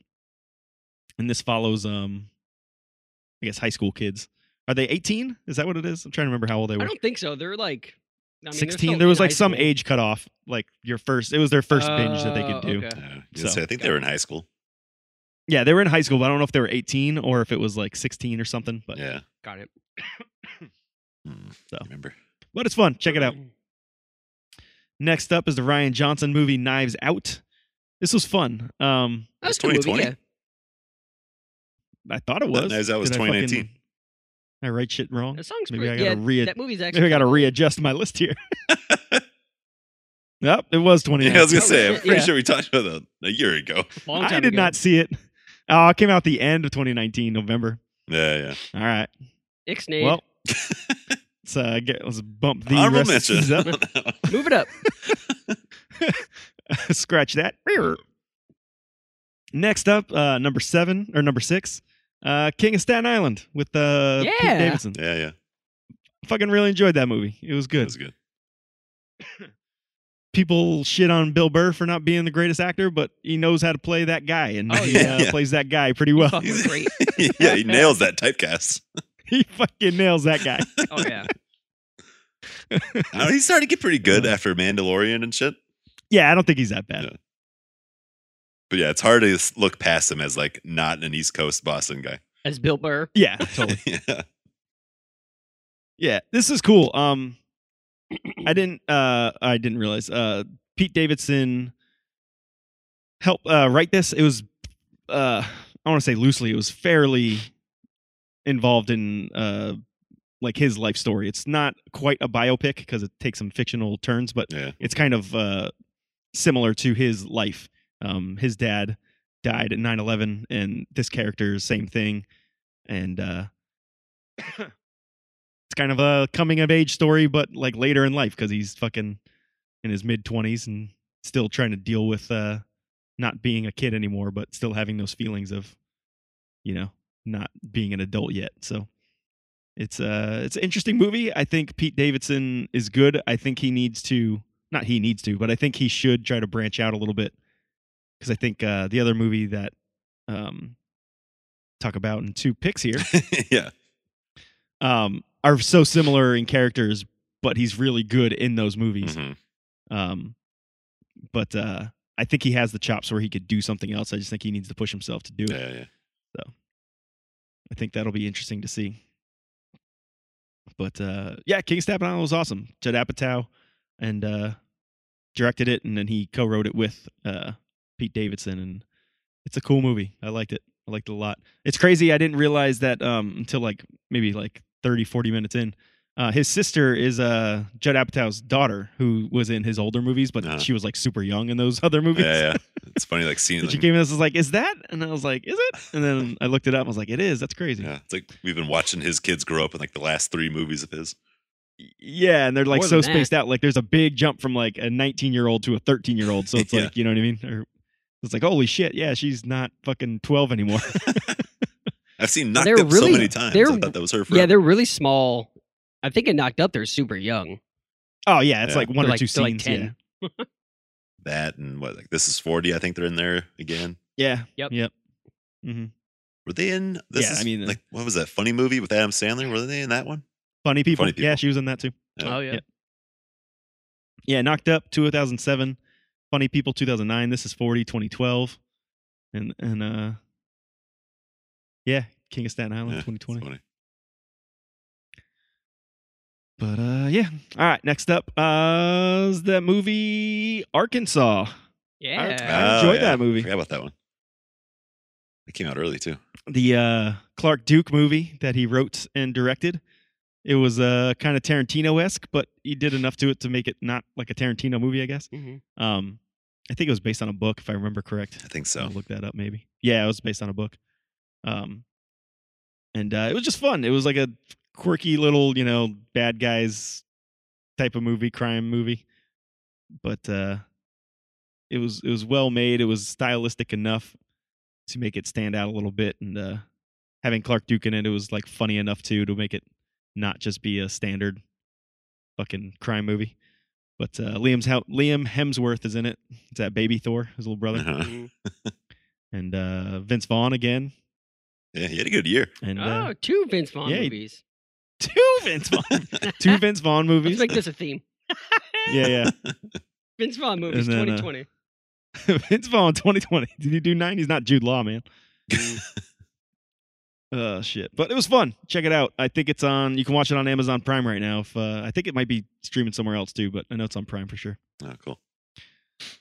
Speaker 1: and this follows, um, I guess, high school kids. Are they 18? Is that what it is? I'm trying to remember how old they
Speaker 2: I
Speaker 1: were.
Speaker 2: don't think so. They're like I mean, they're
Speaker 1: 16.
Speaker 2: still
Speaker 1: There was
Speaker 2: in
Speaker 1: like
Speaker 2: high
Speaker 1: some
Speaker 2: school.
Speaker 1: age cutoff. Like your first, it was their first binge that they
Speaker 2: Oh,
Speaker 1: could do.
Speaker 2: okay.
Speaker 3: Yeah,
Speaker 1: uh, So-
Speaker 3: so I think they were in high school.
Speaker 1: Yeah, they were in high school, but I don't know if they were 18 or if it was like 16 or something. But
Speaker 3: Yeah,
Speaker 2: Got it.
Speaker 3: Hmm,
Speaker 1: So.
Speaker 3: remember?
Speaker 1: but
Speaker 2: Mm.
Speaker 1: it's fun. Check it out. Next up is the Ryan Johnson movie Knives Out. This was fun. Um,
Speaker 2: That was a good movie.
Speaker 3: 2020?
Speaker 2: Yeah.
Speaker 1: I thought it
Speaker 3: That,
Speaker 1: was.
Speaker 3: that was
Speaker 1: Did I fucking-
Speaker 3: 2019.
Speaker 1: I write shit wrong.
Speaker 2: That song's
Speaker 1: Maybe
Speaker 2: pretty.
Speaker 1: I gotta
Speaker 2: yeah,
Speaker 1: re-
Speaker 2: that movie's actually.
Speaker 1: Maybe I got to readjust my list
Speaker 3: *laughs*
Speaker 1: here. *laughs* yep, it was
Speaker 3: Yeah,
Speaker 1: 2019.
Speaker 3: I was gonna
Speaker 2: Oh,
Speaker 3: say. I'm
Speaker 2: shit,
Speaker 3: pretty
Speaker 2: yeah.
Speaker 3: sure we talked about that a year ago.
Speaker 2: a long
Speaker 1: I
Speaker 2: time
Speaker 1: did
Speaker 2: ago.
Speaker 1: not see it. Oh, it came out the end of 2019, November.
Speaker 3: Yeah,
Speaker 1: All right.
Speaker 2: Ixnay.
Speaker 3: *laughs*
Speaker 1: Well, *laughs* let's uh, get, let's bump the
Speaker 3: Honorable
Speaker 1: rest of
Speaker 3: mention.
Speaker 1: these up.
Speaker 2: move it *laughs* up.
Speaker 1: *laughs* Scratch that. Next up, uh, number seven or number six, uh, King of Staten Island with uh, Pete
Speaker 2: Yeah.
Speaker 1: Davidson.
Speaker 3: *laughs* yeah, yeah.
Speaker 1: Fucking really enjoyed that movie. It was
Speaker 3: That
Speaker 1: good.
Speaker 3: was good. *laughs*
Speaker 1: People shit on Bill Burr for not being the greatest actor, but he knows how to play that guy, and
Speaker 2: Oh,
Speaker 1: he
Speaker 3: *laughs* yeah.
Speaker 1: uh, plays that guy pretty well.
Speaker 2: Fucking great.
Speaker 3: yeah, he nails that typecast.
Speaker 1: *laughs* he fucking nails that guy.
Speaker 2: Oh yeah.
Speaker 3: I don't know, he started to get pretty good after Mandalorian and shit.
Speaker 1: Yeah, I don't think he's that bad.
Speaker 3: Yeah. But yeah, it's hard to s- look past him as like not an East Coast Boston guy.
Speaker 2: *laughs*
Speaker 3: *laughs*
Speaker 2: As Bill Burr.
Speaker 1: Yeah, totally.
Speaker 3: yeah.
Speaker 1: yeah, this is cool. Um, I didn't. Uh, I didn't realize. Uh, Pete Davidson helped uh, write this. It was. Uh, I want to say loosely, it was fairly involved in uh, like his life story. It's not quite a biopic because it takes some fictional turns, but
Speaker 3: Yeah. *laughs*
Speaker 1: it's kind of uh, similar to his life. Um, his dad died at 9-11 and this character same thing and uh, *coughs* it's kind of a coming of age story but like later in life because he's fucking in his mid 20s and still trying to deal with uh, not being a kid anymore but still having those feelings of you know not being an adult yet so it's uh it's an interesting movie i think pete davidson is good i think he needs to not he needs to but i think he should try to branch out a little bit because i think uh the other movie that um talk about in two picks here
Speaker 3: yeah.
Speaker 1: um are so similar in characters but he's really good in those movies
Speaker 3: Mhm.
Speaker 1: um but uh i think he has the chops where he could do something else i just think he needs to push himself to do it
Speaker 3: Yeah, yeah.
Speaker 1: I think that'll be interesting to see. But uh, yeah, King of Staten Island was awesome. Judd Apatow and uh, directed it, and then he co-wrote it with uh, Pete Davidson, and it's a cool movie. I liked it. I liked it a lot. It's crazy. I didn't realize that um, until like maybe like 30, 40 minutes in. Uh, his sister is uh, Judd Apatow's daughter, who was in his older movies, but
Speaker 3: Uh-huh.
Speaker 1: she was like super young in those *laughs* other movies.
Speaker 3: Yeah, yeah. It's funny like seeing
Speaker 1: But she
Speaker 3: them.
Speaker 1: came in and was like, "Is that?" And I was like, "Is it?" And then I looked it up. and I was like, "It is. That's crazy."
Speaker 3: Yeah. It's like we've been watching his kids grow up in like the last three movies of his.
Speaker 1: Yeah, and they're like
Speaker 2: More
Speaker 1: so
Speaker 2: than that.
Speaker 1: spaced out. Like there's a big jump from like a 19 year old to a 13 year
Speaker 3: *laughs*
Speaker 1: old. So it's
Speaker 3: Yeah.
Speaker 1: like, you know what I mean? Or it's like, holy shit, yeah, she's not fucking 12
Speaker 3: *laughs*
Speaker 1: anymore. *laughs*
Speaker 3: I've seen knocked
Speaker 2: They're
Speaker 3: up so
Speaker 2: really-
Speaker 3: many times.
Speaker 2: they're-
Speaker 3: I thought that was her.
Speaker 2: Yeah,
Speaker 3: forever.
Speaker 2: they're really small. I think it knocked up. They're super young.
Speaker 1: oh yeah, it's
Speaker 3: Yeah.
Speaker 1: like one
Speaker 2: They're
Speaker 1: or
Speaker 2: like-
Speaker 1: two
Speaker 2: they're like
Speaker 1: scenes.
Speaker 2: 10.
Speaker 3: that and what like this is 40 i think they're in there again
Speaker 1: yeah. yeah.
Speaker 2: Yep.
Speaker 1: Yep. hmm
Speaker 3: were they in this
Speaker 1: Yeah,
Speaker 3: is,
Speaker 1: I mean, uh,
Speaker 3: like what was that funny movie with adam sandler were they in that one
Speaker 1: Funny people.
Speaker 3: Funny People.
Speaker 1: Yeah, she was in that too.
Speaker 3: Yeah.
Speaker 2: Oh yeah.
Speaker 1: Yeah. Yeah, knocked up 2007. Funny people 2009. This is 40 2012, and and uh, yeah, King of Staten Island
Speaker 3: Yeah, it's
Speaker 1: 2020.
Speaker 3: funny.
Speaker 1: But uh yeah. All right, next up uh is the movie Arkansas.
Speaker 2: Yeah. Uh,
Speaker 1: I enjoyed that movie.
Speaker 3: Oh, forgot about that one it came out early too
Speaker 1: The uh Clark Duke movie that he wrote and directed. It was uh kind of Tarantino-esque, but he did enough to it to make it not like a Tarantino movie, I guess.
Speaker 2: Mhm.
Speaker 1: Um I think it was based on a book if I remember correct.
Speaker 3: i think
Speaker 1: I'll
Speaker 3: so
Speaker 1: look that up maybe. Yeah, it was based on a book. Um and uh it was just fun. It was like a quirky little, you know, bad guys type of movie, crime movie. But uh it was it was well made. It was stylistic enough to make it stand out a little bit and uh having Clark Duke in it, it was like funny enough too to make it not just be a standard fucking crime movie. But uh, Liam's how Liam Hemsworth is in it. It's that baby Thor, his little brother
Speaker 3: Uh-huh.
Speaker 2: *laughs* Mhm.
Speaker 1: and uh, Vince Vaughn again,
Speaker 3: yeah he had a good year
Speaker 1: and uh,
Speaker 2: Oh, two Vince Vaughn
Speaker 1: yeah, he-
Speaker 2: movies.
Speaker 1: *laughs* two Vince
Speaker 2: *laughs*
Speaker 1: Vaughn, two Vince Vaughn
Speaker 2: Let's
Speaker 1: movies.
Speaker 2: make this a theme.
Speaker 1: yeah, yeah. *laughs*
Speaker 2: Vince Vaughn movies
Speaker 1: then, uh,
Speaker 2: 2020.
Speaker 1: Vince Vaughn, 2020. Did he do nine? He's not Jude Law,
Speaker 2: *laughs*
Speaker 1: man. Oh shit! But it was fun. Check it out. I think it's on. You can watch it on Amazon Prime right now. If uh, I think it might be streaming somewhere else too, but I know it's on Prime for sure.
Speaker 3: oh cool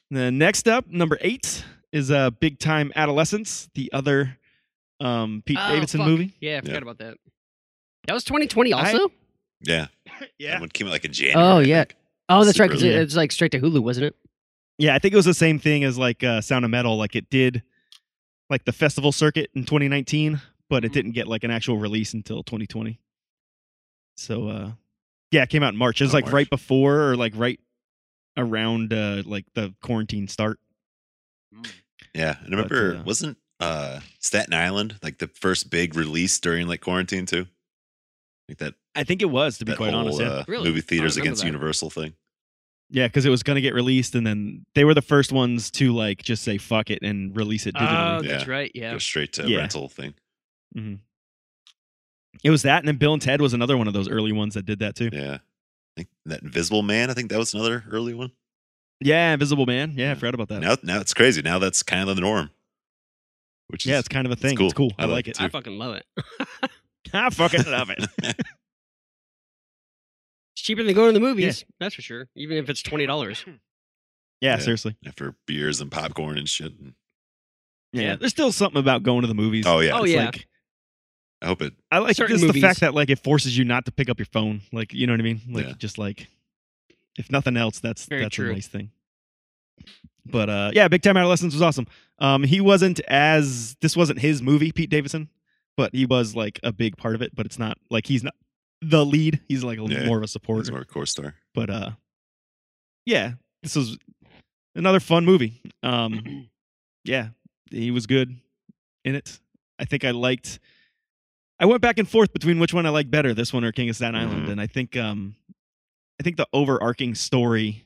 Speaker 1: Then next up, number eight is uh, Big Time Adolescence, the other um, Pete
Speaker 2: Oh,
Speaker 1: Davidson
Speaker 2: fuck. *laughs*
Speaker 1: movie.
Speaker 2: Yeah, I forgot about that. That was 2020 also?
Speaker 3: Yeah.
Speaker 1: Yeah.
Speaker 3: That one came out like in January.
Speaker 2: oh, yeah. Oh, that's right. Because
Speaker 1: Super-
Speaker 2: it, it's like straight to Hulu, wasn't it?
Speaker 1: Yeah, I think it was the same thing as like uh, Sound of Metal. Like it did, like the festival circuit in 2019, but it
Speaker 2: Mhm.
Speaker 1: didn't get like an actual release until 2020. So, uh, yeah, it came out in March. It was
Speaker 3: Oh,
Speaker 1: like
Speaker 3: March.
Speaker 1: right before or like right around uh, like the quarantine start.
Speaker 2: Mm. Oh,
Speaker 3: Yeah. And I remember,
Speaker 1: uh,
Speaker 3: wasn't uh, Staten Island like the first big release during like quarantine too? Like that,
Speaker 1: I think it was, to be
Speaker 3: that
Speaker 1: quite
Speaker 3: whole
Speaker 1: honest. Yeah,
Speaker 3: uh,
Speaker 2: Really?
Speaker 3: movie theaters
Speaker 2: remember
Speaker 3: against
Speaker 2: that.
Speaker 3: Universal thing.
Speaker 1: yeah, because it was gonna get released, and then they were the first ones to like just say fuck it and release it digitally.
Speaker 2: Oh, that's
Speaker 3: Yeah.
Speaker 2: right. Yeah.
Speaker 3: Go straight to
Speaker 1: Yeah.
Speaker 3: rental thing.
Speaker 1: it was that, and then Bill and Ted was another one of those early ones that did that too.
Speaker 3: Yeah. I think that Invisible Man, I think that was another early one.
Speaker 1: Yeah, Invisible Man. Yeah, I
Speaker 3: Yeah.
Speaker 1: forgot about that.
Speaker 3: Now, now it's crazy. Now that's kind of the norm. Which
Speaker 1: yeah,
Speaker 3: is
Speaker 1: it's kind of a thing. It's cool. I, like it.
Speaker 2: I fucking love it. *laughs*
Speaker 1: *laughs* I fucking love
Speaker 3: *laughs*
Speaker 1: it.
Speaker 2: It's cheaper than going to the movies. That's for sure. Even if it's $20.
Speaker 1: Yeah,
Speaker 3: Yeah.
Speaker 1: seriously.
Speaker 3: after beers and popcorn and shit. And
Speaker 1: Yeah.
Speaker 2: Yeah.
Speaker 1: there's still something about going to the movies.
Speaker 3: oh yeah,
Speaker 2: Oh,
Speaker 1: It's
Speaker 2: yeah.
Speaker 1: like-
Speaker 3: I hope it.
Speaker 1: I like
Speaker 2: Certain
Speaker 1: just the
Speaker 2: movies.
Speaker 1: fact that like it forces you not to pick up your phone. Like you know what I mean? Like
Speaker 3: Yeah.
Speaker 1: just like if nothing else, that's
Speaker 2: Very
Speaker 1: that's a
Speaker 2: true.
Speaker 1: nice thing. But uh, yeah, Big Time Adolescence was awesome. Um, he wasn't as this wasn't his movie, Pete Davidson, but he was like a big part of it. But it's not like he's not the lead. He's like a,
Speaker 3: Yeah.
Speaker 1: more of a
Speaker 3: It's
Speaker 1: supporter.
Speaker 3: more
Speaker 1: *laughs*
Speaker 3: core star.
Speaker 1: but uh yeah this was another fun movie
Speaker 3: *clears throat*
Speaker 2: Mm-hmm. *clears throat*
Speaker 1: um yeah he was good in it i think i liked i went back and forth between which one i liked better this one or king of staten island
Speaker 3: Mhm.
Speaker 1: and i think um i think the overarching story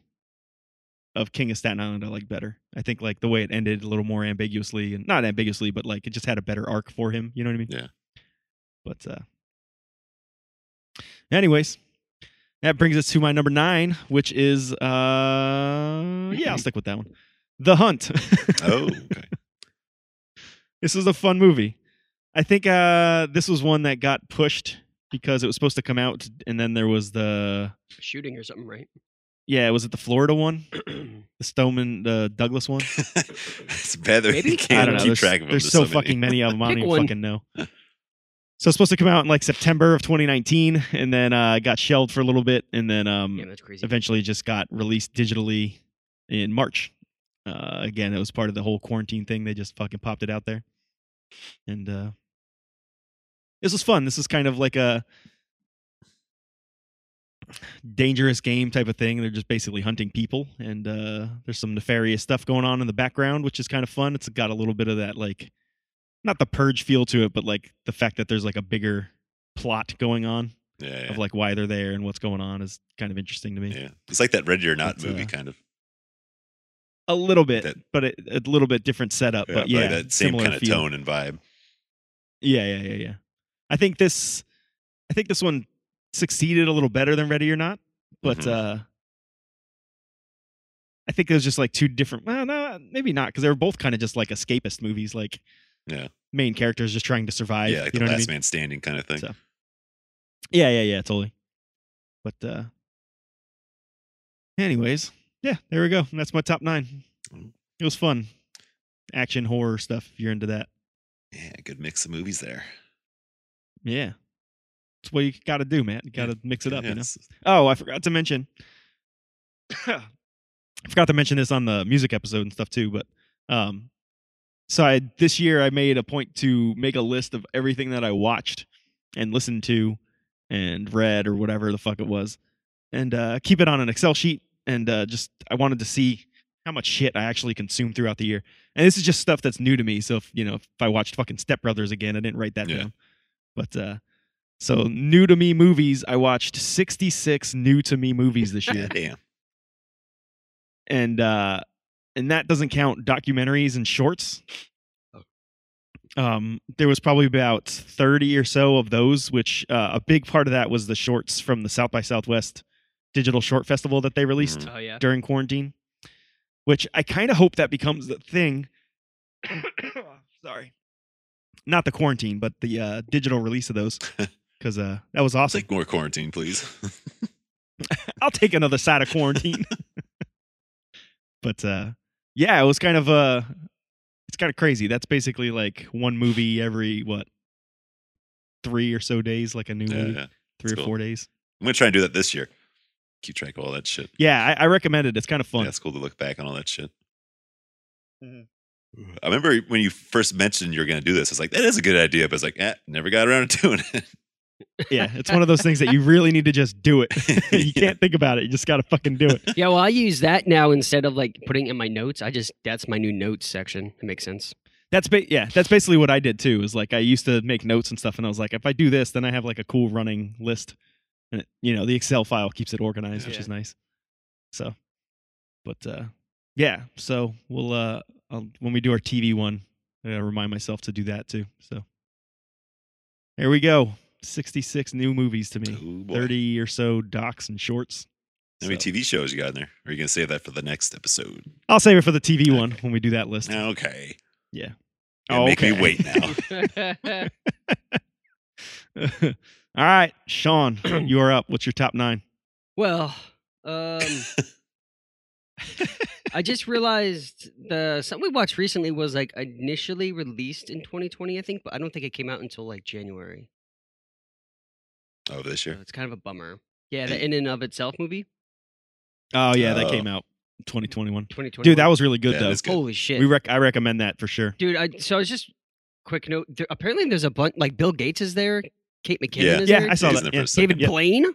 Speaker 1: of king of staten island i liked better i think like the way it ended a little more ambiguously and not ambiguously but like it just had a better arc for him you know what i mean
Speaker 3: Yeah.
Speaker 1: but uh anyways that brings us to my number nine, which is uh yeah,
Speaker 3: *clears throat*
Speaker 1: I'll stick with that one. The Hunt. *laughs*
Speaker 3: Oh, okay. *laughs*
Speaker 1: this was a fun movie. I think uh this was one that got pushed because it was supposed to come out and then there was the
Speaker 2: Shooting or something, right?
Speaker 1: yeah, was it the Florida one? *clears throat* The Stoneman the Douglas one?
Speaker 3: it's bad that
Speaker 2: Maybe?
Speaker 3: we
Speaker 1: I
Speaker 3: can't
Speaker 1: don't know.
Speaker 3: keep
Speaker 1: There's,
Speaker 3: track of them.
Speaker 1: there's so, fucking many of them.
Speaker 2: *laughs*
Speaker 1: I don't
Speaker 2: Pick
Speaker 1: even
Speaker 2: one.
Speaker 1: fucking know. So it's supposed to come out in like September of 2019 and then uh it got shelved for a little bit and then um
Speaker 2: Yeah, that's crazy.
Speaker 1: eventually just got released digitally in March. Uh, again, it was part of the whole quarantine thing. They just fucking popped it out there. And uh, this was fun. This is kind of like a dangerous game type of thing. They're just basically hunting people. And uh, there's some nefarious stuff going on in the background, which is kind of fun. It's got a little bit of that, like, not the purge feel to it, but like the fact that there's like a bigger plot going on
Speaker 3: Yeah, yeah,
Speaker 1: of like why they're there and what's going on is kind of interesting to me.
Speaker 3: yeah. It's like that Ready or Not
Speaker 1: It's,
Speaker 3: movie,
Speaker 1: uh,
Speaker 3: kind of.
Speaker 1: A little bit,
Speaker 3: That-
Speaker 1: but it, a little bit different setup. but yeah,
Speaker 3: that same
Speaker 1: similar
Speaker 3: kind of
Speaker 1: feel.
Speaker 3: tone and vibe.
Speaker 1: Yeah, yeah, yeah, yeah. I think this, I think this one succeeded a little better than Ready or Not, but
Speaker 3: Mm-hmm.
Speaker 1: uh, I think it was just like two different. Well, no, maybe not because they were both kind of just like escapist movies, like
Speaker 3: Yeah.
Speaker 1: main characters just trying to survive.
Speaker 3: yeah, like
Speaker 1: you
Speaker 3: the
Speaker 1: know
Speaker 3: Last
Speaker 1: what I mean?
Speaker 3: Man Standing kind of thing.
Speaker 1: So- Yeah, yeah, yeah, totally. But uh anyways, yeah, there we go. That's my top nine.
Speaker 3: Mm.
Speaker 1: It was fun. Action horror stuff, if you're into that.
Speaker 3: Yeah, good mix of movies there.
Speaker 1: Yeah. That's what you gotta do, man. You gotta mix it up,
Speaker 3: Yeah,
Speaker 1: you know.
Speaker 3: it's-
Speaker 1: Oh, I forgot to mention. I forgot to mention this on the music episode and stuff too, but um so I this year I made a point to make a list of everything that I watched and listened to and read or whatever the fuck it was and uh keep it on an Excel sheet and uh just I wanted to see how much shit I actually consumed throughout the year. And this is just stuff that's new to me, so if you know, if I watched fucking Step Brothers again, I didn't write that
Speaker 3: Yeah.
Speaker 1: down. But uh so new to me movies, I watched 66 new to me movies this year.
Speaker 3: Damn.
Speaker 1: and uh and that doesn't count documentaries and shorts. Um there was probably about 30 or so of those which uh, a big part of that was the shorts from the South by Southwest Digital Short Festival that they released
Speaker 3: Mhm.
Speaker 2: *laughs*
Speaker 1: *laughs*
Speaker 2: Oh, yeah.
Speaker 1: during quarantine, which I kind of hope that becomes the thing. *coughs* Sorry. Not the quarantine, but the uh, digital release of those cuz uh that was
Speaker 3: It's
Speaker 1: awesome.
Speaker 3: like more quarantine, please. *laughs*
Speaker 1: Mm-hmm. I'll take another side of quarantine. *laughs* but uh yeah, it was kind of uh it's kind of crazy. That's basically like one movie every what three or so days, like a new
Speaker 3: Yeah,
Speaker 1: movie,
Speaker 3: yeah.
Speaker 1: three or
Speaker 3: cool.
Speaker 1: four days.
Speaker 3: I'm gonna try and do that this year. Keep track of all that shit.
Speaker 1: Yeah, I, I recommend it. It's kind of fun. Mm-hmm.
Speaker 3: Yeah, it's cool to look back on all that shit. I remember when you first mentioned you were going to do this. I was like, that is a good idea, but it's like, eh, never got around to *laughs* doing it.
Speaker 1: Yeah, it's one of those things that you really need to just do
Speaker 3: *laughs*
Speaker 1: it. *laughs* you can't think about it. You just got to fucking do it.
Speaker 2: Yeah, well, I use that now instead of like putting in my notes. I just that's my new notes section. It makes *laughs* sense.
Speaker 1: That's ba- yeah, that's basically what I did too. Is like I used to make notes and stuff, and I was like, if I do this, then I have like a cool running list, and it, you know the Excel file keeps it organized, which
Speaker 2: Yeah.
Speaker 1: is nice. So, but uh, yeah, so we'll uh, I'll, when we do our TV one, I gotta remind myself to do that too. So there we go, sixty six new movies to me,
Speaker 3: Ooh, Oh, boy.
Speaker 1: thirty or so docs and shorts.
Speaker 3: How many
Speaker 1: So-
Speaker 3: TV shows you got in there? Or are you going to save that for the next episode?
Speaker 1: I'll save it for the TV one
Speaker 3: Okay.
Speaker 1: when we do that list.
Speaker 3: Okay.
Speaker 1: Yeah.
Speaker 3: You're gonna Make
Speaker 1: Okay.
Speaker 3: me wait
Speaker 1: *laughs*
Speaker 3: now.
Speaker 1: All right,
Speaker 3: *clears throat*
Speaker 1: Sean, you are up. What's your top nine?
Speaker 2: well, *laughs* um, I just realized the something we watched recently was like initially released in 2020, I think, but I don't think it came out until like January.
Speaker 3: oh, this
Speaker 2: So
Speaker 3: year?
Speaker 2: it's kind of a bummer. Yeah, the in and of itself movie,
Speaker 1: Oh yeah, that
Speaker 3: Oh.
Speaker 1: came out 2021.
Speaker 2: 2020.
Speaker 1: Dude, that was really good
Speaker 3: Yeah,
Speaker 1: though.
Speaker 3: that's good.
Speaker 2: holy shit.
Speaker 1: We rec- I recommend that for sure.
Speaker 2: dude. I so I was just quick note. There, apparently, there's a bunch like Bill Gates is there, Kate McKinnon
Speaker 3: Yeah.
Speaker 2: is
Speaker 1: Yeah,
Speaker 2: there.
Speaker 1: I saw
Speaker 3: He's
Speaker 1: that.
Speaker 3: in there
Speaker 1: yeah.
Speaker 3: for a second.
Speaker 2: David
Speaker 1: Yeah.
Speaker 2: Blaine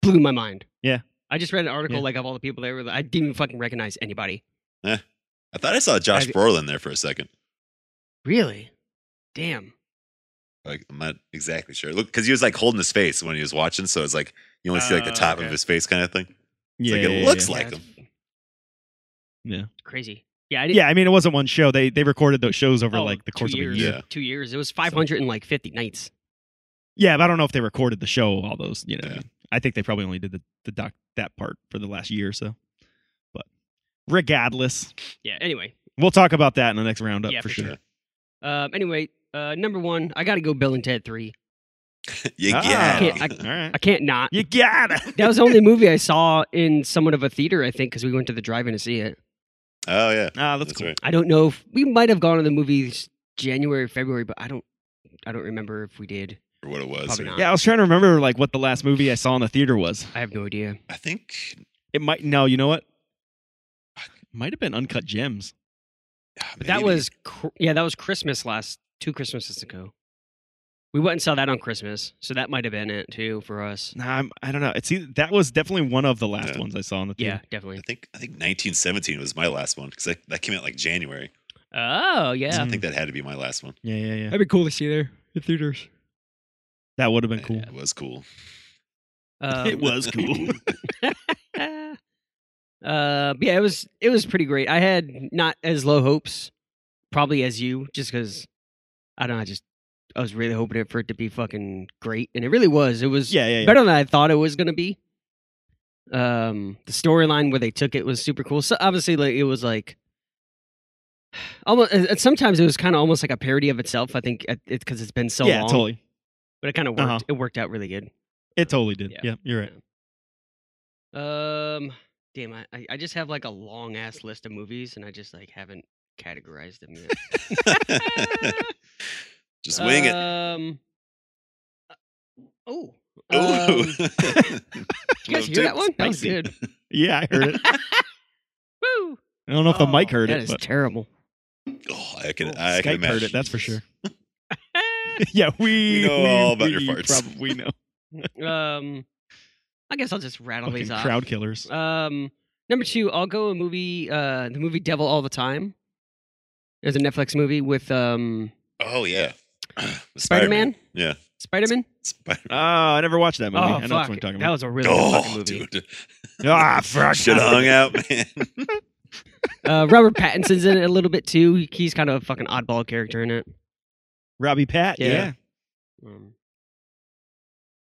Speaker 2: blew my mind.
Speaker 1: Yeah.
Speaker 2: I just read an article
Speaker 1: Yeah.
Speaker 2: like of all the people there. I didn't even fucking recognize anybody.
Speaker 3: I thought I saw Josh
Speaker 2: I-
Speaker 3: Brolin there for a second.
Speaker 2: Really? Damn.
Speaker 3: Like, I'm not exactly sure. Look, because he was like holding his face when he was watching. So it's like, you only see like the
Speaker 1: Oh,
Speaker 3: top
Speaker 1: okay.
Speaker 3: of his face kind of thing.
Speaker 1: Yeah,
Speaker 3: like, it
Speaker 1: yeah, yeah,
Speaker 3: looks
Speaker 1: yeah.
Speaker 3: like
Speaker 2: that's-
Speaker 1: Yeah.
Speaker 2: Crazy. Yeah. I didn't,
Speaker 1: Yeah, I mean it wasn't one show. They they recorded those shows over
Speaker 2: oh,
Speaker 1: like the
Speaker 2: two
Speaker 1: course of a
Speaker 2: years,
Speaker 1: year.
Speaker 3: Yeah.
Speaker 2: Two years. It was five hundred and like fifty nights.
Speaker 1: Yeah, but I don't know if they recorded the show all those. You know, what I
Speaker 3: Yeah.
Speaker 1: mean? I think they probably only did the the doc that part for the last year or so. But regardless,
Speaker 2: Yeah. Anyway.
Speaker 1: we'll talk about that in the next roundup
Speaker 2: Yeah,
Speaker 1: for,
Speaker 2: for
Speaker 1: sure.
Speaker 3: *laughs* sure.
Speaker 2: Um. Anyway. Uh. Number one, I got to go. Bill and Ted Three.
Speaker 3: You
Speaker 1: Ah.
Speaker 3: got
Speaker 2: I
Speaker 3: it.
Speaker 2: can't-
Speaker 1: All right,
Speaker 2: I can't not.
Speaker 1: you got it. *laughs*
Speaker 2: That was the only movie I saw in somewhat of a theater, I think, because we went to the drive-in to see it.
Speaker 3: *laughs* Oh, yeah.
Speaker 1: Ah, that's
Speaker 3: That's
Speaker 1: cool.
Speaker 3: right.
Speaker 2: I don't know if we might have gone to the movies January, February, but I don't, I don't remember if we did.
Speaker 3: Or what it was.
Speaker 2: Probably
Speaker 3: or-
Speaker 2: not.
Speaker 1: Yeah, I was trying to remember like what the last movie I saw in the theater was.
Speaker 2: I have no idea.
Speaker 3: I think
Speaker 1: It might no, you know what? Might have been Uncut Gems.
Speaker 3: ah,
Speaker 2: But that
Speaker 3: maybe.
Speaker 2: was, cr- yeah, that was Christmas last two Christmases ago. We went and saw that on Christmas, so that might have been it too for us.
Speaker 1: Nah, I'm, I don't know. It's either, that was definitely one of the last
Speaker 3: Yeah.
Speaker 1: ones I saw in the
Speaker 2: Yeah,
Speaker 1: theater.
Speaker 3: I
Speaker 2: definitely.
Speaker 3: think I think 1917 was my last one because that, that came out like January.
Speaker 2: Oh yeah,
Speaker 3: I think that had to be my last one.
Speaker 1: Yeah, yeah, yeah.
Speaker 2: that'd be cool to see there in theaters.
Speaker 1: That would have been cool. Um,
Speaker 3: It was cool.
Speaker 2: Uh,
Speaker 1: It was cool. *laughs*
Speaker 2: uh, but yeah, it was it was pretty great. I had not as low hopes, probably as you, just because I don't know. I just I was really hoping it- for it to be fucking great, and it really was. It was
Speaker 1: Yeah, yeah, yeah.
Speaker 2: better than I thought it was gonna be. Um, the storyline where they took it was super cool. So obviously, like it was like. *sighs* Almost, and- and sometimes it was kind of almost like a parody of itself. I think it- it's because it's been so
Speaker 1: yeah,
Speaker 2: long,
Speaker 1: totally.
Speaker 2: but it kind of worked.
Speaker 1: Uh-huh.
Speaker 2: It worked out really good.
Speaker 1: It totally did. Yeah,
Speaker 2: Yeah.
Speaker 1: you're right.
Speaker 2: Um, damn, I, I- I just have like a long ass list of movies, and I just like haven't categorized them
Speaker 1: *laughs*
Speaker 2: yet.
Speaker 3: *laughs* Just wing it.
Speaker 2: Um, uh, oh,
Speaker 1: *laughs*
Speaker 3: Ooh. *laughs*
Speaker 2: um, did you guys
Speaker 3: Little
Speaker 2: hear that
Speaker 3: too
Speaker 2: one? That was
Speaker 3: spicy.
Speaker 2: good.
Speaker 1: Yeah, I
Speaker 2: *laughs*
Speaker 1: heard it.
Speaker 2: Woo!
Speaker 1: I don't know if the mic
Speaker 2: Oh,
Speaker 1: heard
Speaker 2: That
Speaker 1: it,
Speaker 2: is
Speaker 1: but *laughs*
Speaker 2: terrible. *laughs*
Speaker 3: Oh, I can,
Speaker 1: Oh,
Speaker 3: I
Speaker 1: Skype
Speaker 3: can imagine.
Speaker 1: heard it. That's for sure. yeah, we,
Speaker 3: We know
Speaker 1: we-
Speaker 3: all about
Speaker 1: we
Speaker 3: your farts.
Speaker 1: Probably *laughs* know.
Speaker 2: um, I guess I'll just rattle
Speaker 1: Fucking
Speaker 2: these off.
Speaker 1: crowd
Speaker 2: *laughs*
Speaker 1: killers.
Speaker 2: Um, number two, I'll go a movie, uh, the movie Devil All the Time. There's a Netflix movie with um *clears throat*
Speaker 3: Oh yeah.
Speaker 2: Spider Man.
Speaker 3: Yeah.
Speaker 2: Spider Man.
Speaker 3: Spider.
Speaker 1: Oh, I never watched that movie.
Speaker 2: Oh,
Speaker 1: I know what
Speaker 2: fuck.
Speaker 1: you're talking
Speaker 2: That
Speaker 1: about.
Speaker 2: was a really
Speaker 1: *laughs*
Speaker 2: good fucking
Speaker 3: Oh,
Speaker 2: movie.
Speaker 3: dude. *laughs*
Speaker 1: ah, fuck.
Speaker 3: Should have hung out, man. *laughs*
Speaker 2: Uh, Robert Pattinson's in it a little bit too. He's kind of a fucking oddball character in it.
Speaker 1: Robbie Pat.
Speaker 2: Yeah.
Speaker 1: yeah.
Speaker 2: Um,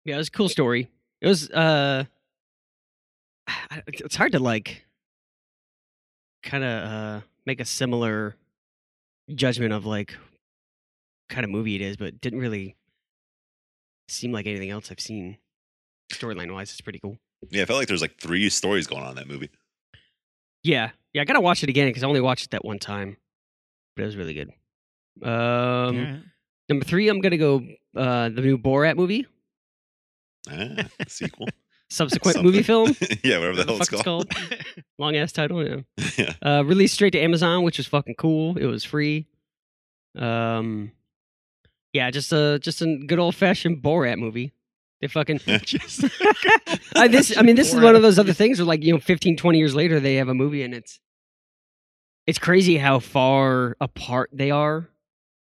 Speaker 2: yeah, it was a cool story. It was. uh I- It's hard to like, kind of uh make a similar judgment of like kind of movie it is, but it didn't really seem like anything else I've seen storyline wise. It's pretty cool.
Speaker 3: yeah, I felt like there's like three stories going on in that movie.
Speaker 2: Yeah, Yeah, I gotta watch it again because I only watched it that one time, but it was really good. Um, *laughs*
Speaker 1: Alright.
Speaker 2: number three, I'm gonna go uh, the new Borat movie,
Speaker 3: Ah, sequel. *laughs*
Speaker 2: subsequent
Speaker 3: Something.
Speaker 2: movie film.
Speaker 3: yeah, *laughs* whatever the hell it's
Speaker 2: fuck
Speaker 3: called.
Speaker 2: Long ass title. Yeah.
Speaker 3: *laughs* yeah.
Speaker 2: Uh, released straight to Amazon, which was fucking cool. It was free. Um, yeah, just a just a good old fashioned Borat movie. They fucking
Speaker 1: *laughs* Just-
Speaker 2: I, this I mean this is one of those other things where like you know 15 20 years later they have a movie and it's it's crazy how far apart they are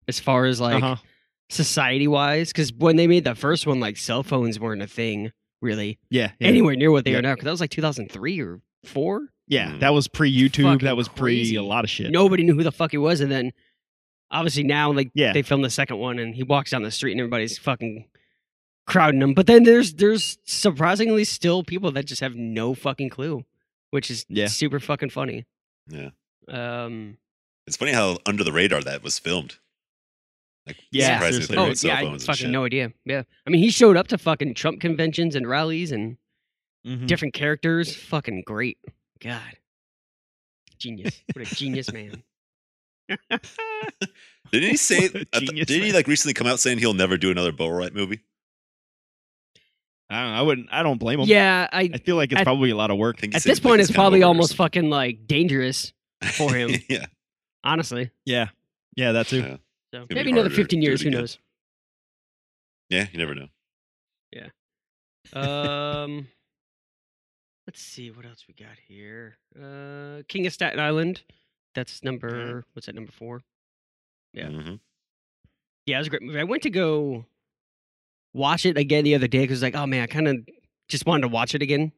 Speaker 2: as far as like
Speaker 1: *laughs* Uh-huh.
Speaker 2: society wise cuz when they made the first one like cell phones weren't a thing really
Speaker 1: Yeah. Yeah.
Speaker 2: anywhere near what they
Speaker 1: Yeah.
Speaker 2: are now cuz that was like 2003 or 4
Speaker 1: yeah.
Speaker 3: Mm.
Speaker 1: That was pre YouTube.
Speaker 2: Fucking
Speaker 1: That was pre
Speaker 2: crazy.
Speaker 1: a lot of shit.
Speaker 2: nobody knew who the fuck he was and then obviously now like
Speaker 1: Yeah.
Speaker 2: they filmed the second one and he walks down the street and everybody's fucking crowding him but then there's there's surprisingly still people that just have no fucking clue which is
Speaker 1: Yeah.
Speaker 2: super fucking funny
Speaker 3: Yeah.
Speaker 2: um
Speaker 3: It's funny how under the radar that was filmed. Like,
Speaker 1: Yeah,
Speaker 3: surprisingly,
Speaker 1: seriously.
Speaker 3: they
Speaker 1: They're
Speaker 2: oh
Speaker 3: made cell
Speaker 2: yeah i
Speaker 3: phones and
Speaker 2: fucking
Speaker 3: shit.
Speaker 2: no idea yeah i mean he showed up to fucking trump conventions and rallies and
Speaker 3: Hmm.
Speaker 1: Mhm.
Speaker 2: different characters fucking great god genius what a genius
Speaker 3: *laughs*
Speaker 2: man *laughs*
Speaker 3: Didn't he say?
Speaker 1: What a
Speaker 3: I th-
Speaker 1: genius
Speaker 3: didn't he
Speaker 1: man.
Speaker 3: like recently come out saying he'll never do another Borat movie?
Speaker 1: I don't. know, I wouldn't. I don't blame him.
Speaker 2: yeah i
Speaker 1: I feel like it's
Speaker 2: At-
Speaker 1: probably a lot of
Speaker 3: I
Speaker 1: work.
Speaker 3: think he
Speaker 2: at
Speaker 3: said-
Speaker 2: this
Speaker 3: I think
Speaker 2: point
Speaker 3: he's
Speaker 2: it's
Speaker 3: kinda
Speaker 2: probably
Speaker 3: over or
Speaker 2: almost
Speaker 3: something.
Speaker 2: fucking like dangerous for
Speaker 3: *laughs*
Speaker 2: him.
Speaker 3: yeah,
Speaker 2: honestly
Speaker 1: Yeah. Yeah. That too.
Speaker 3: Yeah.
Speaker 2: so
Speaker 3: be
Speaker 2: maybe another
Speaker 3: harder to
Speaker 2: 15
Speaker 3: do it
Speaker 2: years who
Speaker 3: again.
Speaker 2: knows
Speaker 3: yeah, you never know.
Speaker 2: um let's see what else we got here uh king of staten island that's
Speaker 3: Uh-huh.
Speaker 2: number what's that number four Yeah.
Speaker 3: Mhm.
Speaker 2: yeah it was a great movie i went to go watch it again the other day because like oh man i kind of just wanted to watch it again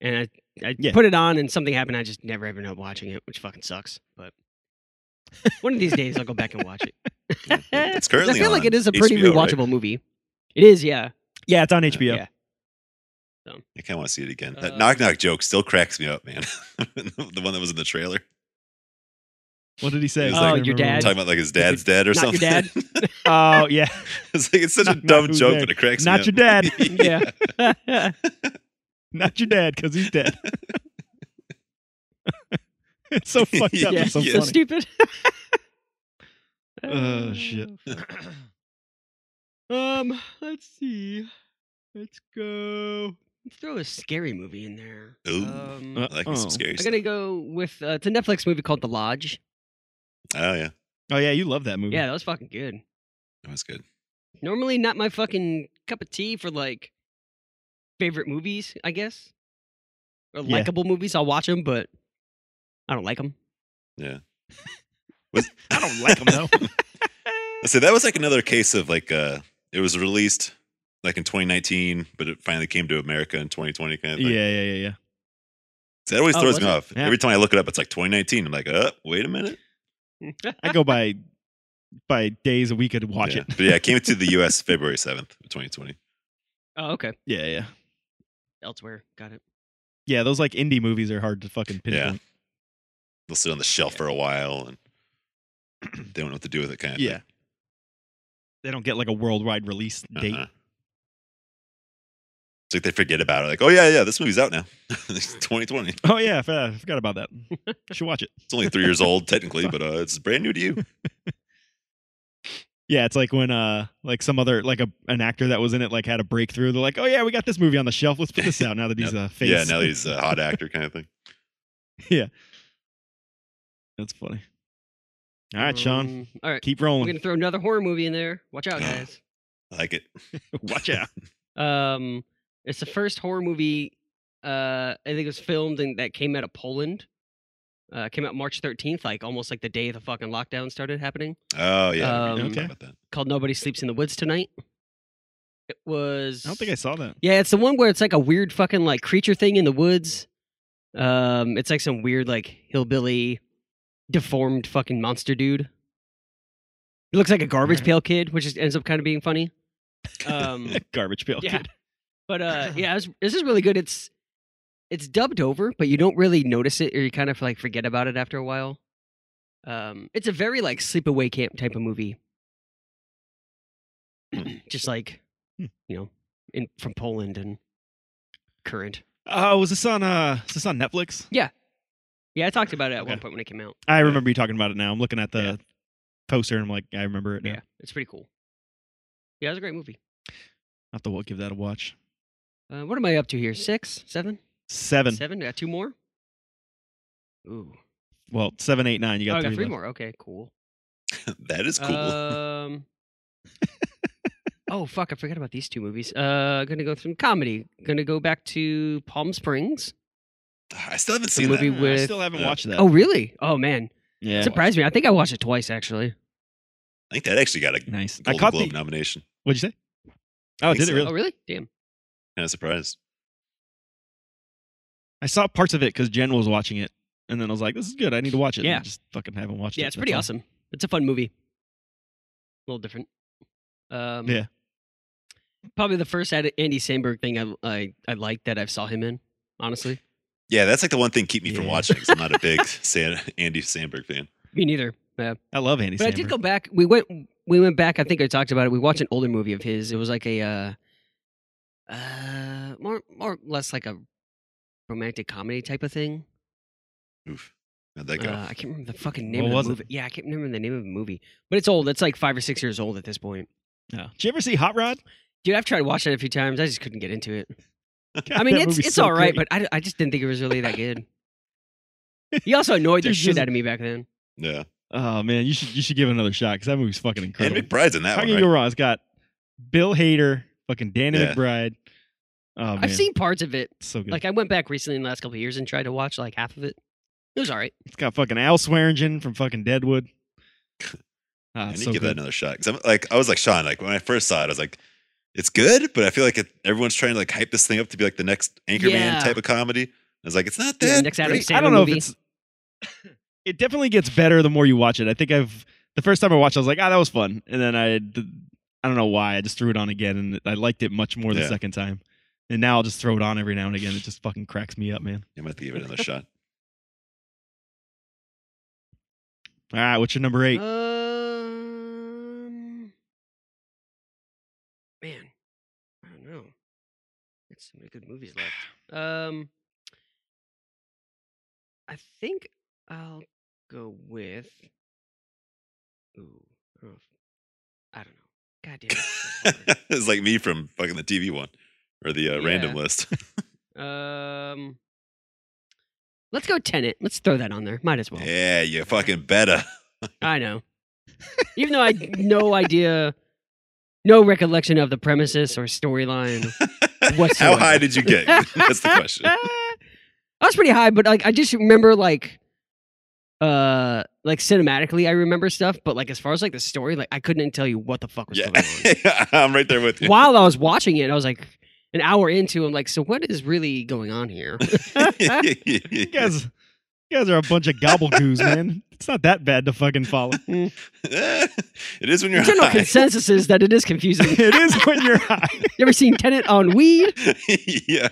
Speaker 2: and i, I
Speaker 1: Yeah.
Speaker 2: put it on and something happened i just never ended up watching it which fucking sucks but one of these days i'll go back and
Speaker 3: *laughs*
Speaker 2: watch it
Speaker 3: It's currently.
Speaker 2: I feel like
Speaker 3: on
Speaker 2: it is a pretty
Speaker 3: HBO, right?
Speaker 2: rewatchable movie. It is,
Speaker 3: *laughs*
Speaker 2: yeah.
Speaker 1: *laughs* Yeah. It's on HBO.
Speaker 2: Yeah.
Speaker 3: I kind of want to see it again.
Speaker 2: Uh,
Speaker 3: that knock knock joke still cracks me up, man. *laughs* the one that was in the trailer,
Speaker 1: What did he say?
Speaker 3: He's
Speaker 1: I
Speaker 3: like-
Speaker 1: don't
Speaker 2: Oh, your
Speaker 1: remember.
Speaker 2: dad?
Speaker 3: talking about like his dad's dad or
Speaker 2: Not your
Speaker 3: something.
Speaker 2: dad?
Speaker 1: Oh yeah.
Speaker 3: *laughs*
Speaker 1: *laughs*
Speaker 3: it's like it's such
Speaker 1: Knock,
Speaker 3: a
Speaker 1: knock,
Speaker 3: dumb
Speaker 1: who's
Speaker 3: joke,
Speaker 1: there?
Speaker 3: but it cracks
Speaker 1: Not
Speaker 3: me
Speaker 1: your dad.
Speaker 3: up.
Speaker 1: *laughs*
Speaker 2: Yeah. *laughs* yeah.
Speaker 1: Not your dad, because he's dead. *laughs* it's so fucked up.
Speaker 3: Yeah,
Speaker 1: It's so
Speaker 3: yeah.
Speaker 2: So
Speaker 1: funny.
Speaker 2: stupid. *laughs*
Speaker 1: Oh, shit.
Speaker 2: um, let's see. Let's go. Let's throw a scary movie in there.
Speaker 3: Ooh.
Speaker 2: Um,
Speaker 1: Uh,
Speaker 3: I like
Speaker 1: Oh.
Speaker 3: me some scary
Speaker 2: I'm
Speaker 3: stuff.
Speaker 2: gonna go with uh, it's a Netflix movie called The Lodge.
Speaker 3: Oh yeah,
Speaker 1: Oh yeah, you love that movie.
Speaker 2: Yeah, that was fucking good.
Speaker 3: that was good.
Speaker 2: Normally not my fucking cup of tea for like favorite movies, I guess. Or
Speaker 1: Yeah.
Speaker 2: likable movies. I'll watch them, but I don't like them.
Speaker 3: Was-
Speaker 1: I don't like him though.
Speaker 3: So that was like another case of like uh it was released like in 2019, but it finally came to America in 2020 kind
Speaker 1: *laughs*
Speaker 3: of
Speaker 1: yeah,
Speaker 3: thing.
Speaker 1: yeah, yeah, yeah.
Speaker 3: So that always
Speaker 1: Oh,
Speaker 3: throws
Speaker 1: was
Speaker 3: me
Speaker 1: it?
Speaker 3: off.
Speaker 1: Yeah.
Speaker 3: Every time I look it up, it's like 2019. I'm like, uh, wait a minute.
Speaker 1: I go by by days a week I'd watch
Speaker 3: yeah.
Speaker 1: it.
Speaker 3: But yeah, it came
Speaker 1: *laughs*
Speaker 3: to the US February 7th, of 2020.
Speaker 2: oh, okay.
Speaker 1: Yeah, yeah.
Speaker 2: Elsewhere. Got it.
Speaker 1: Yeah, those like indie movies are hard to fucking pinpoint.
Speaker 3: They'll sit on the shelf for a while and they don't know what to do with it kind of
Speaker 1: Yeah. They don't get like a worldwide release
Speaker 3: thing.
Speaker 1: date.
Speaker 3: Uh-huh. It's like they forget about it. Like, oh yeah, yeah, this movie's out now. *laughs* it's 2020.
Speaker 1: Oh yeah, I f- I forgot about that. I should watch it.
Speaker 3: It's only three years old technically, but uh, it's brand new
Speaker 1: *laughs*
Speaker 3: to you.
Speaker 1: Yeah, it's like when uh like some other like a an actor that was in it like had a breakthrough. They're like, oh yeah, we got this movie on the shelf. Let's put this out now that he's a face.
Speaker 3: Yeah, now he's uh, a hot actor kind of thing.
Speaker 1: *laughs* That's funny. All right, Sean,
Speaker 2: Um, all right.
Speaker 1: keep
Speaker 2: I'm
Speaker 1: rolling.
Speaker 2: gonna throw another horror movie in there. Watch
Speaker 1: *laughs*
Speaker 2: out, guys.
Speaker 3: I like it.
Speaker 1: Watch out.
Speaker 2: Um, it's the first horror movie. Uh, I think it was filmed and that came out of Poland. Uh, it came out March 13th, like almost like the day the fucking lockdown started happening.
Speaker 3: Oh yeah, we
Speaker 2: Um,
Speaker 3: didn't talk about that.
Speaker 2: Called Nobody Sleeps in the Woods Tonight. It was.
Speaker 1: I don't think I saw that.
Speaker 2: Yeah, it's the one where it's like a weird fucking like creature thing in the woods. Um, it's like some weird like hillbilly, deformed fucking monster dude. It looks like a garbage
Speaker 1: Alright.
Speaker 2: pail kid, which is, ends up kind of
Speaker 1: *laughs*
Speaker 2: being funny. Um,
Speaker 1: Garbage Pail
Speaker 2: yeah,
Speaker 1: Kid.
Speaker 2: but
Speaker 1: *laughs*
Speaker 2: uh, yeah, it's, this is really good. It's it's dubbed over, but you don't really notice it, or you kind of like forget about it after a while. Um, it's a very like sleepaway camp type of movie, *clears throat* just like
Speaker 1: Hmm.
Speaker 2: you know, in from Poland and current.
Speaker 1: uh, Oh, was this on uh is this on Netflix?
Speaker 2: Yeah, I talked about it at one
Speaker 1: Okay.
Speaker 2: point when it came out.
Speaker 1: I remember you talking about it now. I'm looking at the
Speaker 3: Yeah.
Speaker 1: poster and I'm like, I remember it.
Speaker 2: Yeah.
Speaker 1: Now.
Speaker 2: it's pretty cool. Yeah, it was a great movie.
Speaker 1: I have to wa- give that a watch.
Speaker 2: Uh, what am I up to here? Six, seven,
Speaker 1: Seven.
Speaker 2: seven. Got two more. Ooh,
Speaker 1: Well, seven, eight, nine. You
Speaker 2: oh,
Speaker 1: got
Speaker 2: I got
Speaker 1: three
Speaker 2: three
Speaker 1: left.
Speaker 2: more. Okay, cool.
Speaker 3: that *laughs* is cool.
Speaker 1: uh,
Speaker 2: Um, oh fuck, I forgot about these two movies. Uh, gonna go through comedy. Gonna go back to Palm Springs.
Speaker 3: I still haven't
Speaker 2: the
Speaker 3: seen
Speaker 2: movie
Speaker 3: that.
Speaker 1: Ah, I
Speaker 2: with-
Speaker 1: still haven't
Speaker 3: Yeah.
Speaker 1: watched that.
Speaker 2: Oh really? Oh man,
Speaker 1: yeah.
Speaker 2: surprised me. I think I watched it twice actually.
Speaker 3: I think that actually got a
Speaker 1: Nice. I
Speaker 3: Golden
Speaker 1: caught
Speaker 3: Globe
Speaker 1: the.
Speaker 3: nomination.
Speaker 1: What'd you say? Oh,
Speaker 3: think
Speaker 1: did it
Speaker 3: so.
Speaker 1: really?
Speaker 2: Oh really? Damn.
Speaker 3: Kind of surprised.
Speaker 1: I saw parts of it because Jen was watching it, and then I was like, "This is good. I need to watch it." and I
Speaker 2: Yeah.
Speaker 1: just fucking haven't watched it.
Speaker 2: Yeah, it's
Speaker 1: that's
Speaker 2: pretty
Speaker 1: all.
Speaker 2: awesome. It's a fun movie. A little different. Um,
Speaker 1: Yeah.
Speaker 2: Probably the first Ad- Andy Samberg thing I I, I like that I saw him in. Honestly,
Speaker 3: Yeah, that's like the one thing keep me from
Speaker 1: Yeah.
Speaker 3: watching. 'cause I'm not a
Speaker 2: *laughs*
Speaker 3: big San- Andy Sandberg fan.
Speaker 2: me neither. Yeah.
Speaker 1: I love Andy.
Speaker 2: But I did
Speaker 1: Samberg.
Speaker 2: go back. We went. We went back. I think I talked about it. We watched an older movie of his. It was like a, uh, uh, more more or less like a romantic comedy type of thing.
Speaker 3: Oof. How'd that go?
Speaker 2: Uh, I can't remember the fucking name
Speaker 1: What
Speaker 2: of the
Speaker 1: was it?
Speaker 2: movie. Yeah, I can't remember the name of the movie. But it's old. It's like five or six years old at this point. *laughs*
Speaker 1: Yeah. Did you ever see Hot Rod?
Speaker 2: Dude, I've tried watching it a few times. I just couldn't get into it.
Speaker 1: God, *laughs*
Speaker 2: I mean,
Speaker 1: that
Speaker 2: it's
Speaker 1: movie's
Speaker 2: it's
Speaker 1: so
Speaker 2: all right,
Speaker 1: great.
Speaker 2: but I, d- I just didn't think it was really
Speaker 1: *laughs*
Speaker 2: that good. He also annoyed the
Speaker 1: Dude,
Speaker 2: shit
Speaker 1: just-
Speaker 2: out of me back then.
Speaker 3: yeah.
Speaker 1: oh man, you should you should give it another shot because that movie's fucking
Speaker 3: And
Speaker 1: incredible.
Speaker 3: McBride's in that
Speaker 1: How
Speaker 3: one,
Speaker 1: can you
Speaker 3: right?
Speaker 1: go wrong? It's got Bill Hader, fucking Danny
Speaker 3: Yeah.
Speaker 1: McBride. Oh man,
Speaker 2: I've seen parts of it.
Speaker 1: it's so good.
Speaker 2: Like I went back recently in the last couple of years and tried to watch like half of it. It was all right.
Speaker 1: it's got fucking Al Swearingen from fucking Deadwood.
Speaker 2: *laughs*
Speaker 1: Ah,
Speaker 3: I need
Speaker 1: it's
Speaker 3: to
Speaker 1: so
Speaker 3: give that
Speaker 1: good.
Speaker 3: another shot. Cause I'm like, I was like Sean, like when I first saw it, I was like, it's good, but I feel like it, everyone's trying to like hype this thing up to be like the next Anchorman
Speaker 2: Yeah.
Speaker 3: type of comedy. I was like, it's not
Speaker 2: Yeah,
Speaker 3: that.
Speaker 2: next Adam
Speaker 3: great.
Speaker 2: Sandler
Speaker 1: I don't know
Speaker 2: movie.
Speaker 1: if it's. *coughs* It definitely gets better the more you watch it. I think I've the first time I watched, it, I was like, "Ah, that was fun," and then I, d- I don't know why, I just threw it on again, and I liked it much more the
Speaker 3: Yeah.
Speaker 1: second time. And now I'll just throw it on every now and again. It just fucking cracks me up, man.
Speaker 3: I might have to give
Speaker 2: *laughs*
Speaker 3: it another shot.
Speaker 1: All right, what's your number
Speaker 2: Oh.
Speaker 1: eight?
Speaker 2: Um, man, I don't know. That's so many good movies left. Um, I think I'll go with. Ooh, I don't know. if- I don't know. God damn it. that's hard.
Speaker 3: *laughs* it's like me from fucking the TV one or the uh, random list. *laughs*
Speaker 1: *laughs*
Speaker 2: um, let's go Tenet. Let's throw that on there. Might as well.
Speaker 3: yeah, you fucking better. *laughs*
Speaker 2: I know. Even though I had no idea, no recollection of the premises or storyline.
Speaker 3: *laughs* How
Speaker 2: Whatsoever.
Speaker 3: high did you get? *laughs* That's the question.
Speaker 2: *laughs* I was pretty high, but like I just remember like, uh, like cinematically, I remember stuff, but like as far as like the story, like I couldn't tell you what the fuck was
Speaker 3: Yeah,
Speaker 2: going
Speaker 3: *laughs*
Speaker 2: on.
Speaker 3: I'm right there *laughs* with you.
Speaker 2: While I was watching it, I was like an hour into, I'm like, so what is really going on
Speaker 3: *laughs*
Speaker 2: here?
Speaker 1: You guys, you guys are a bunch of gobbledygoos, man. It's not that bad to fucking
Speaker 2: *laughs*
Speaker 1: follow. *laughs*
Speaker 3: it is when you're
Speaker 2: The general
Speaker 3: high.
Speaker 2: consensus is that it is confusing.
Speaker 1: it is when you're high.
Speaker 2: You ever seen Tenet on
Speaker 3: *laughs*
Speaker 2: weed?
Speaker 3: yeah.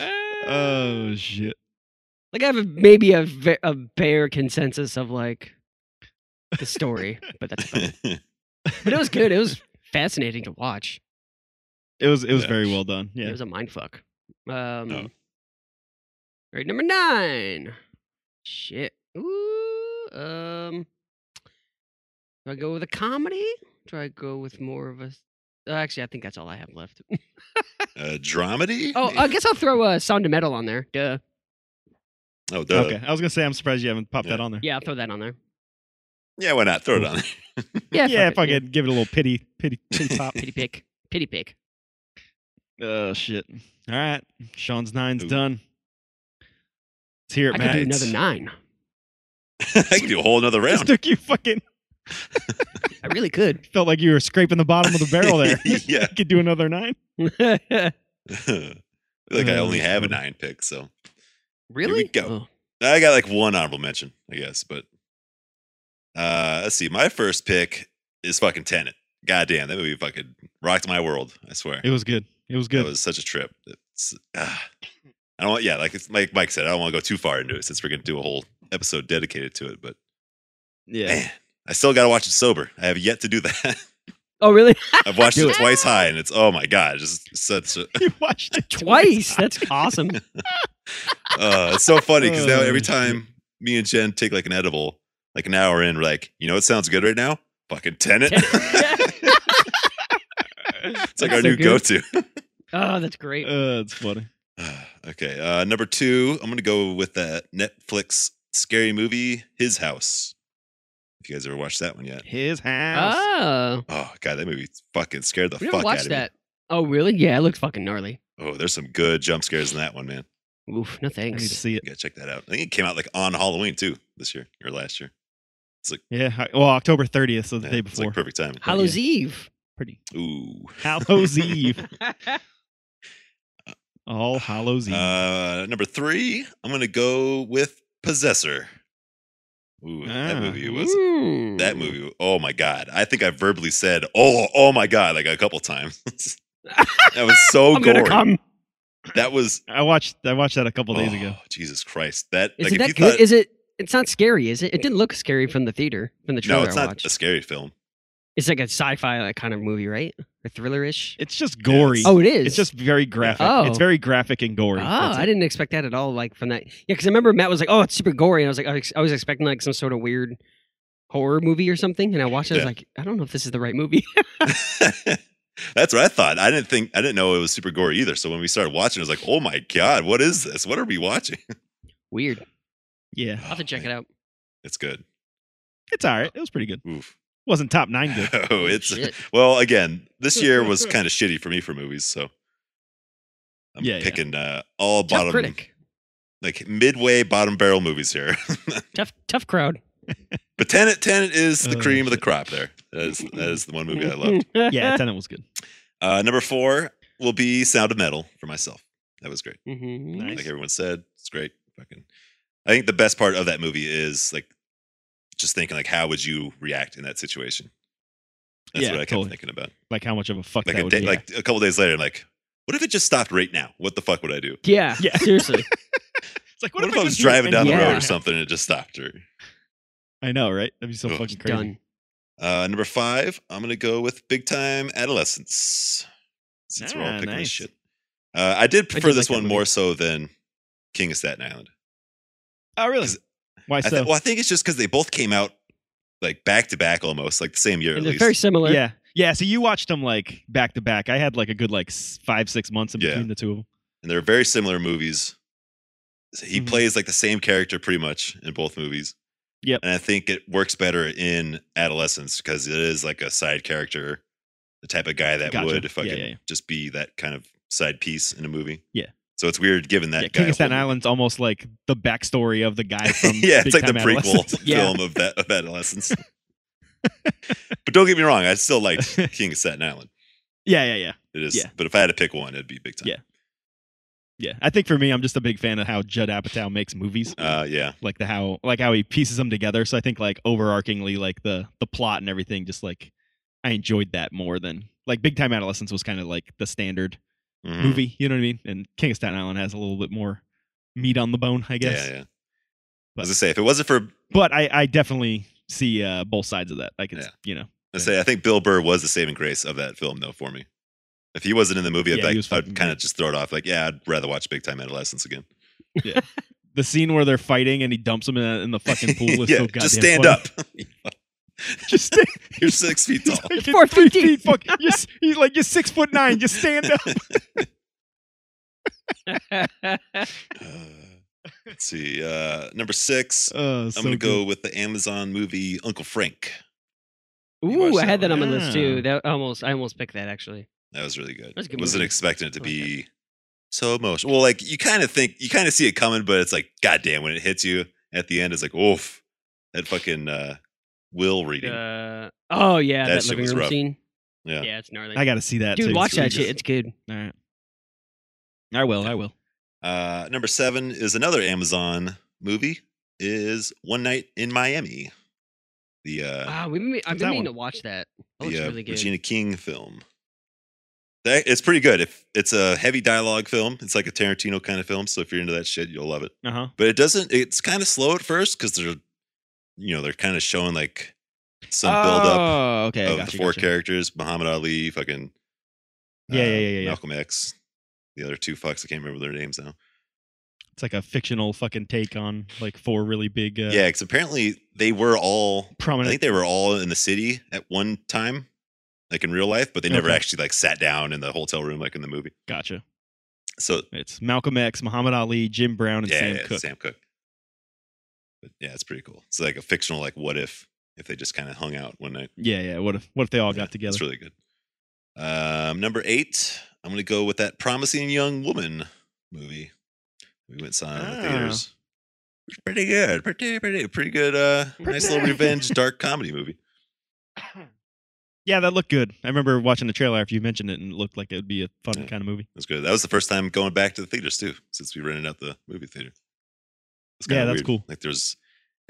Speaker 1: Oh shit!
Speaker 2: Like I have a, maybe a ve- a bare consensus of like the story, but that's about it. but it was good. It was fascinating to watch.
Speaker 1: It was it was
Speaker 3: Yeah.
Speaker 1: very well done. Yeah,
Speaker 2: It was a mind fuck. Um,
Speaker 3: Oh.
Speaker 2: All right, number nine. Shit. Ooh. Um. Do I go with a comedy? Do I go with more of a? Uh, actually, I think that's all I have left.
Speaker 3: Uh, dramedy?
Speaker 2: Oh, I guess I'll throw uh, Sound of Metal on there. Duh.
Speaker 3: oh, duh.
Speaker 1: okay. I was gonna say I'm surprised you haven't popped
Speaker 3: Yeah.
Speaker 1: that on there.
Speaker 2: Yeah, I'll throw that on there.
Speaker 3: Yeah, why not? Throw it on. *laughs*
Speaker 2: Yeah.
Speaker 1: yeah,
Speaker 2: fuck it,
Speaker 1: fucking give it a little pity pity pity
Speaker 2: *laughs*
Speaker 1: pop.
Speaker 2: Pity pick. Pity pick.
Speaker 1: Oh shit! All right, Sean's nine's
Speaker 3: Ooh.
Speaker 1: done. Let's hear it,
Speaker 2: I could
Speaker 1: Matt. *laughs*
Speaker 2: do
Speaker 3: Matt's.
Speaker 2: another nine.
Speaker 3: I can do a whole another
Speaker 1: This
Speaker 3: round.
Speaker 1: took you fucking
Speaker 2: I really could.
Speaker 1: felt like you were scraping the bottom of the barrel there. *laughs* you
Speaker 3: yeah.
Speaker 1: could do another nine.
Speaker 2: *laughs*
Speaker 3: I feel *laughs* like I
Speaker 1: Oh,
Speaker 3: only have a
Speaker 1: funny.
Speaker 3: nine pick, so
Speaker 2: really?
Speaker 3: go.
Speaker 2: Oh.
Speaker 3: I got like one honorable mention, I guess. But uh let's see. My first pick is fucking Tenet. God damn, that movie fucking rocked my world. I swear,
Speaker 1: It was good. It was
Speaker 3: that
Speaker 1: good.
Speaker 3: was such a trip. It's, ah. I don't. want- Yeah, like it's like Mike said, I don't want to go too far into it since we're gonna do a whole episode dedicated to it. But
Speaker 1: yeah.
Speaker 3: man, I still gotta watch it sober. I have yet to do that. *laughs*
Speaker 2: Oh, really? *laughs*
Speaker 3: I've watched
Speaker 1: Do
Speaker 3: it
Speaker 1: it.
Speaker 3: twice high, and it's oh my god, just such. A,
Speaker 1: *laughs* you watched
Speaker 2: *laughs*
Speaker 1: it
Speaker 2: Twice. That's
Speaker 3: *laughs*
Speaker 2: awesome. *laughs*
Speaker 3: uh, it's so funny because now
Speaker 1: Oh,
Speaker 3: every
Speaker 1: shit.
Speaker 3: time me and Jen take like an edible, like an hour in, we're like, you know what sounds good right now? Fucking Tenet. *laughs* it's like our
Speaker 2: So
Speaker 3: new
Speaker 2: good.
Speaker 3: go-to. *sighs*
Speaker 2: oh, that's great.
Speaker 1: Uh, it's funny.
Speaker 3: okay, uh, number two, I'm gonna go with that Netflix scary movie, His House. If you guys ever watched that one yet?
Speaker 1: His house.
Speaker 2: Oh,
Speaker 3: Oh god, that movie fucking scared the
Speaker 2: we never
Speaker 3: fuck out
Speaker 2: watched
Speaker 3: of
Speaker 2: that. Oh, really? Yeah, it looked fucking gnarly.
Speaker 3: me. Oh, there's some good jump scares in that one, man.
Speaker 2: Oof, no
Speaker 1: I need to
Speaker 2: thanks.
Speaker 1: see it.
Speaker 3: You gotta check that out. I think it came out like on Halloween too this year or last year.
Speaker 1: Yeah. I- Well, October 30th, so the
Speaker 3: Yeah,
Speaker 1: day
Speaker 3: it's like
Speaker 1: before.
Speaker 3: perfect timing.
Speaker 2: Hallows Eve.
Speaker 1: Pretty.
Speaker 3: Ooh.
Speaker 1: Hallows
Speaker 2: *laughs*
Speaker 1: Eve. All Hallows Eve.
Speaker 3: Uh, number three, I'm gonna go with Possessor. Ooh, that
Speaker 1: Ah.
Speaker 3: movie was
Speaker 2: Mm.
Speaker 3: that movie. Oh my god, I think I verbally said "oh, oh my god" like a couple times. *laughs* that was so
Speaker 1: *laughs*
Speaker 2: I'm gonna
Speaker 3: gory.
Speaker 2: come.
Speaker 3: That was
Speaker 1: I watched I watched that a couple days ago.
Speaker 3: oh, Jesus Christ, that
Speaker 2: Is it
Speaker 3: like if
Speaker 2: that
Speaker 3: you
Speaker 2: good?
Speaker 3: thought
Speaker 2: Is it? It's not scary, is it? It didn't look scary from the theater, from the trailer
Speaker 3: no, it's
Speaker 2: I
Speaker 3: not
Speaker 2: watched.
Speaker 3: a scary film.
Speaker 2: It's like a sci-fi like, kind of movie, right? Or thriller-ish.
Speaker 1: It's just gory.
Speaker 3: it's-
Speaker 2: Oh, it is.
Speaker 1: It's just very graphic.
Speaker 2: Oh.
Speaker 1: It's very graphic and gory.
Speaker 2: Oh,
Speaker 1: That's it.
Speaker 2: I didn't expect that at all. Like from that, yeah. Because I remember Matt was like, "Oh, it's super gory," and I was like, I was- "I was expecting like some sort of weird horror movie or something." And I watched it. I
Speaker 3: Yeah.
Speaker 2: was like, "I don't know if this is the right movie." *laughs*
Speaker 3: That's what I thought. I didn't think I didn't know it was super gory either. So when we started watching, I was like, "Oh my god, what is this? What are we watching?"
Speaker 2: weird.
Speaker 1: Yeah.
Speaker 2: *laughs* I'll have to check it out.
Speaker 3: It's good. *laughs*
Speaker 1: It's all right. It was pretty good.
Speaker 3: Oof.
Speaker 1: Wasn't top nine good.
Speaker 3: Oh, it's *laughs*
Speaker 2: Shit.
Speaker 3: Well, again, this year
Speaker 2: *laughs*
Speaker 3: was kind of shitty for me for movies, so I'm
Speaker 1: Yeah, yeah.
Speaker 3: picking Uh, all
Speaker 2: tough
Speaker 3: bottom
Speaker 2: critic,
Speaker 3: like midway bottom barrel movies here. *laughs*
Speaker 2: tough tough crowd.
Speaker 3: but Tenet, Tenet is the
Speaker 1: Oh,
Speaker 3: cream of the
Speaker 1: shit.
Speaker 3: crop. There, that is, that is the one movie
Speaker 2: *laughs*
Speaker 3: I loved.
Speaker 1: Yeah, Tenet was good.
Speaker 3: Uh, number four will be Sound of Metal for myself. That was great.
Speaker 2: Mhm.
Speaker 1: Nice.
Speaker 3: Like everyone said, it's great. Fucking, I think the best part of that movie is like just thinking like how would you react in that situation. That's
Speaker 1: Yeah,
Speaker 3: what I kept
Speaker 1: totally.
Speaker 3: thinking about.
Speaker 1: Like how much of a fuck
Speaker 3: Like
Speaker 1: that
Speaker 3: a
Speaker 1: would
Speaker 3: day,
Speaker 1: be.
Speaker 3: like a couple days later, I'm like, what if it just stopped right now? What the fuck would I do?
Speaker 2: Yeah,
Speaker 1: Yeah. *laughs*
Speaker 2: seriously.
Speaker 1: it's like
Speaker 3: What, if, I was driving down the road or something and it just stopped her?
Speaker 1: I know, right? That'd be so
Speaker 3: Ugh.
Speaker 1: fucking crazy.
Speaker 2: Done.
Speaker 3: Uh, number five, I'm gonna go with Big Time Adolescence. Since we're all
Speaker 1: Ah,
Speaker 3: picking
Speaker 1: nice.
Speaker 3: this shit, uh, I did prefer
Speaker 2: did
Speaker 3: this
Speaker 2: like that
Speaker 3: one
Speaker 2: movie.
Speaker 3: more so than King of Staten Island.
Speaker 1: Oh, really?
Speaker 3: 'Cause
Speaker 1: Why
Speaker 3: I
Speaker 1: so?
Speaker 3: thi- well, I think it's just because they both came out like back to back, almost like the same year.
Speaker 2: And
Speaker 3: At
Speaker 2: they're
Speaker 3: least.
Speaker 2: very similar.
Speaker 1: yeah, yeah. So you watched them like back to back. I had like a good like s- five, six months in
Speaker 3: Yeah.
Speaker 1: between the two of them.
Speaker 3: and they're very similar movies. So he
Speaker 1: Mhm.
Speaker 3: plays like the same character pretty much in both movies.
Speaker 1: Yep.
Speaker 3: And I think it works better in Adolescence because it is like a side character, the type of guy that
Speaker 1: Gotcha.
Speaker 3: would fucking
Speaker 1: Yeah, yeah, yeah.
Speaker 3: just be that kind of side piece in a movie.
Speaker 1: Yeah.
Speaker 3: So it's weird given that
Speaker 1: yeah,
Speaker 3: guy.
Speaker 1: King of Staten
Speaker 3: whole-
Speaker 1: Island's almost like the backstory of the
Speaker 3: *laughs*
Speaker 1: guy from
Speaker 3: yeah,
Speaker 1: Big
Speaker 3: it's like the
Speaker 1: Time Adolescence.
Speaker 3: prequel
Speaker 2: Yeah.
Speaker 3: *laughs* film of that of Adolescence. but don't get me wrong, I still
Speaker 1: *laughs*
Speaker 3: liked King of Staten Island.
Speaker 1: *laughs* yeah, yeah, yeah,
Speaker 3: It is,
Speaker 1: Yeah.
Speaker 3: but if I had to pick one, it'd be Big Time.
Speaker 1: Yeah. yeah. I think for me, I'm just a big fan of how Judd Apatow makes movies,
Speaker 3: Uh, yeah.
Speaker 1: like the how like how he pieces them together. So I think like overarchingly, like the the plot and everything, just like I enjoyed that more than like Big Time Adolescence was kind of like the standard
Speaker 3: Mhm.
Speaker 1: movie. You know what I mean? And King of Staten Island has a little bit more meat on the bone, I guess.
Speaker 3: Yeah, yeah.
Speaker 1: But-
Speaker 3: As I say, if it wasn't for
Speaker 1: But I, I definitely see uh, both sides of that. I can,
Speaker 3: Yeah.
Speaker 1: you know,
Speaker 3: I
Speaker 1: Yeah.
Speaker 3: say I think Bill Burr was the saving grace of that film, though, for me. If he wasn't in the movie, I'd,
Speaker 1: Yeah, he
Speaker 3: be like,
Speaker 1: was
Speaker 3: I'd
Speaker 1: fucking
Speaker 3: kind of
Speaker 1: great.
Speaker 3: just throw it off. Like, yeah, I'd rather watch Big Time Adolescence again.
Speaker 1: the scene where they're fighting and he dumps them in, a, in the fucking pool is
Speaker 3: *laughs* yeah,
Speaker 1: so goddamn
Speaker 3: just stand
Speaker 1: funny.
Speaker 3: up.
Speaker 1: *laughs*
Speaker 3: *laughs*
Speaker 1: Just stand
Speaker 3: You're six feet tall.
Speaker 1: *laughs* He's
Speaker 2: Four
Speaker 1: like, three
Speaker 2: feet.
Speaker 1: feet. Fuck, *laughs* you're, s- he's like you're six foot nine. Just stand
Speaker 3: *laughs*
Speaker 1: up.
Speaker 2: *laughs*
Speaker 3: Uh, let's see. Uh, number six,
Speaker 1: Uh,
Speaker 3: I'm gonna go with the Amazon movie Uncle Frank. watched
Speaker 2: Ooh, I
Speaker 3: that
Speaker 2: had that
Speaker 3: one?
Speaker 2: on my list too.
Speaker 1: Yeah.
Speaker 2: That almost, I almost picked that actually.
Speaker 3: That was really good.
Speaker 2: That's a good
Speaker 3: Wasn't
Speaker 2: movie.
Speaker 3: expecting it to
Speaker 2: I like
Speaker 3: be so emotional. Well, like you kind of think you kind of see it coming, but it's like, goddamn, when it hits you at the end, it's like, oof, that fucking uh, will reading.
Speaker 2: Uh, oh yeah,
Speaker 3: That
Speaker 2: that,
Speaker 3: shit
Speaker 2: living
Speaker 3: was
Speaker 2: room
Speaker 3: rough.
Speaker 2: scene.
Speaker 3: Yeah.
Speaker 2: yeah, it's gnarly.
Speaker 1: I gotta see that.
Speaker 2: Dude,
Speaker 1: too.
Speaker 2: watch
Speaker 1: It's really
Speaker 2: that shit. It's good.
Speaker 1: good. All right. I will. I will.
Speaker 3: Uh, number seven is another Amazon movie. Is One Night in Miami, the uh,
Speaker 2: Wow, we've been, I've
Speaker 1: What's
Speaker 2: been
Speaker 1: that
Speaker 2: meaning
Speaker 1: one?
Speaker 2: to watch that. That looks
Speaker 3: the uh,
Speaker 2: really good.
Speaker 3: Regina King film. That it's pretty good. If it's a heavy dialogue film, it's like a Tarantino kind of film. So if you're into that shit, you'll love it.
Speaker 1: Uh huh.
Speaker 3: But it doesn't. It's kind of slow at first because they're, you know, they're kind of showing like some buildup
Speaker 1: Oh, okay.
Speaker 3: of
Speaker 1: gotcha,
Speaker 3: the four
Speaker 1: gotcha.
Speaker 3: characters: Muhammad Ali, fucking uh,
Speaker 1: Yeah, yeah, yeah, yeah, yeah.
Speaker 3: Malcolm X, the other two fucks. I can't remember their names now.
Speaker 1: It's like a fictional fucking take on like four really big, uh,
Speaker 3: Yeah, because apparently they were all. I
Speaker 1: prominent.
Speaker 3: think they were all in the city at one time, like in real life, but they never
Speaker 1: Okay.
Speaker 3: actually like sat down in the hotel room like in the movie.
Speaker 1: gotcha.
Speaker 3: So
Speaker 1: It's Malcolm X, Muhammad Ali, Jim Brown, and
Speaker 3: yeah,
Speaker 1: Sam
Speaker 3: yeah,
Speaker 1: Cooke.
Speaker 3: Sam Cook. But yeah, it's pretty cool. It's like a fictional like what if if they just kind of hung out one night.
Speaker 1: Yeah, yeah. What if what if they all
Speaker 3: Yeah,
Speaker 1: got together?
Speaker 3: It's really good. Um, number eight, I'm going to go with that promising young woman movie. We went and saw in the
Speaker 1: Ah.
Speaker 3: theaters. It was pretty good. Pretty, pretty, pretty good. Uh, nice little
Speaker 1: *laughs*
Speaker 2: Pretty.
Speaker 3: revenge dark comedy movie.
Speaker 1: Yeah, that looked good. I remember watching the trailer after you mentioned it, and it looked like it would be a fun
Speaker 3: Yeah.
Speaker 1: kind of movie.
Speaker 3: It was good. That was the first time going back to the theaters too, since we rented out the movie theater. It's kinda
Speaker 1: Yeah, that's cool.
Speaker 3: Like there's,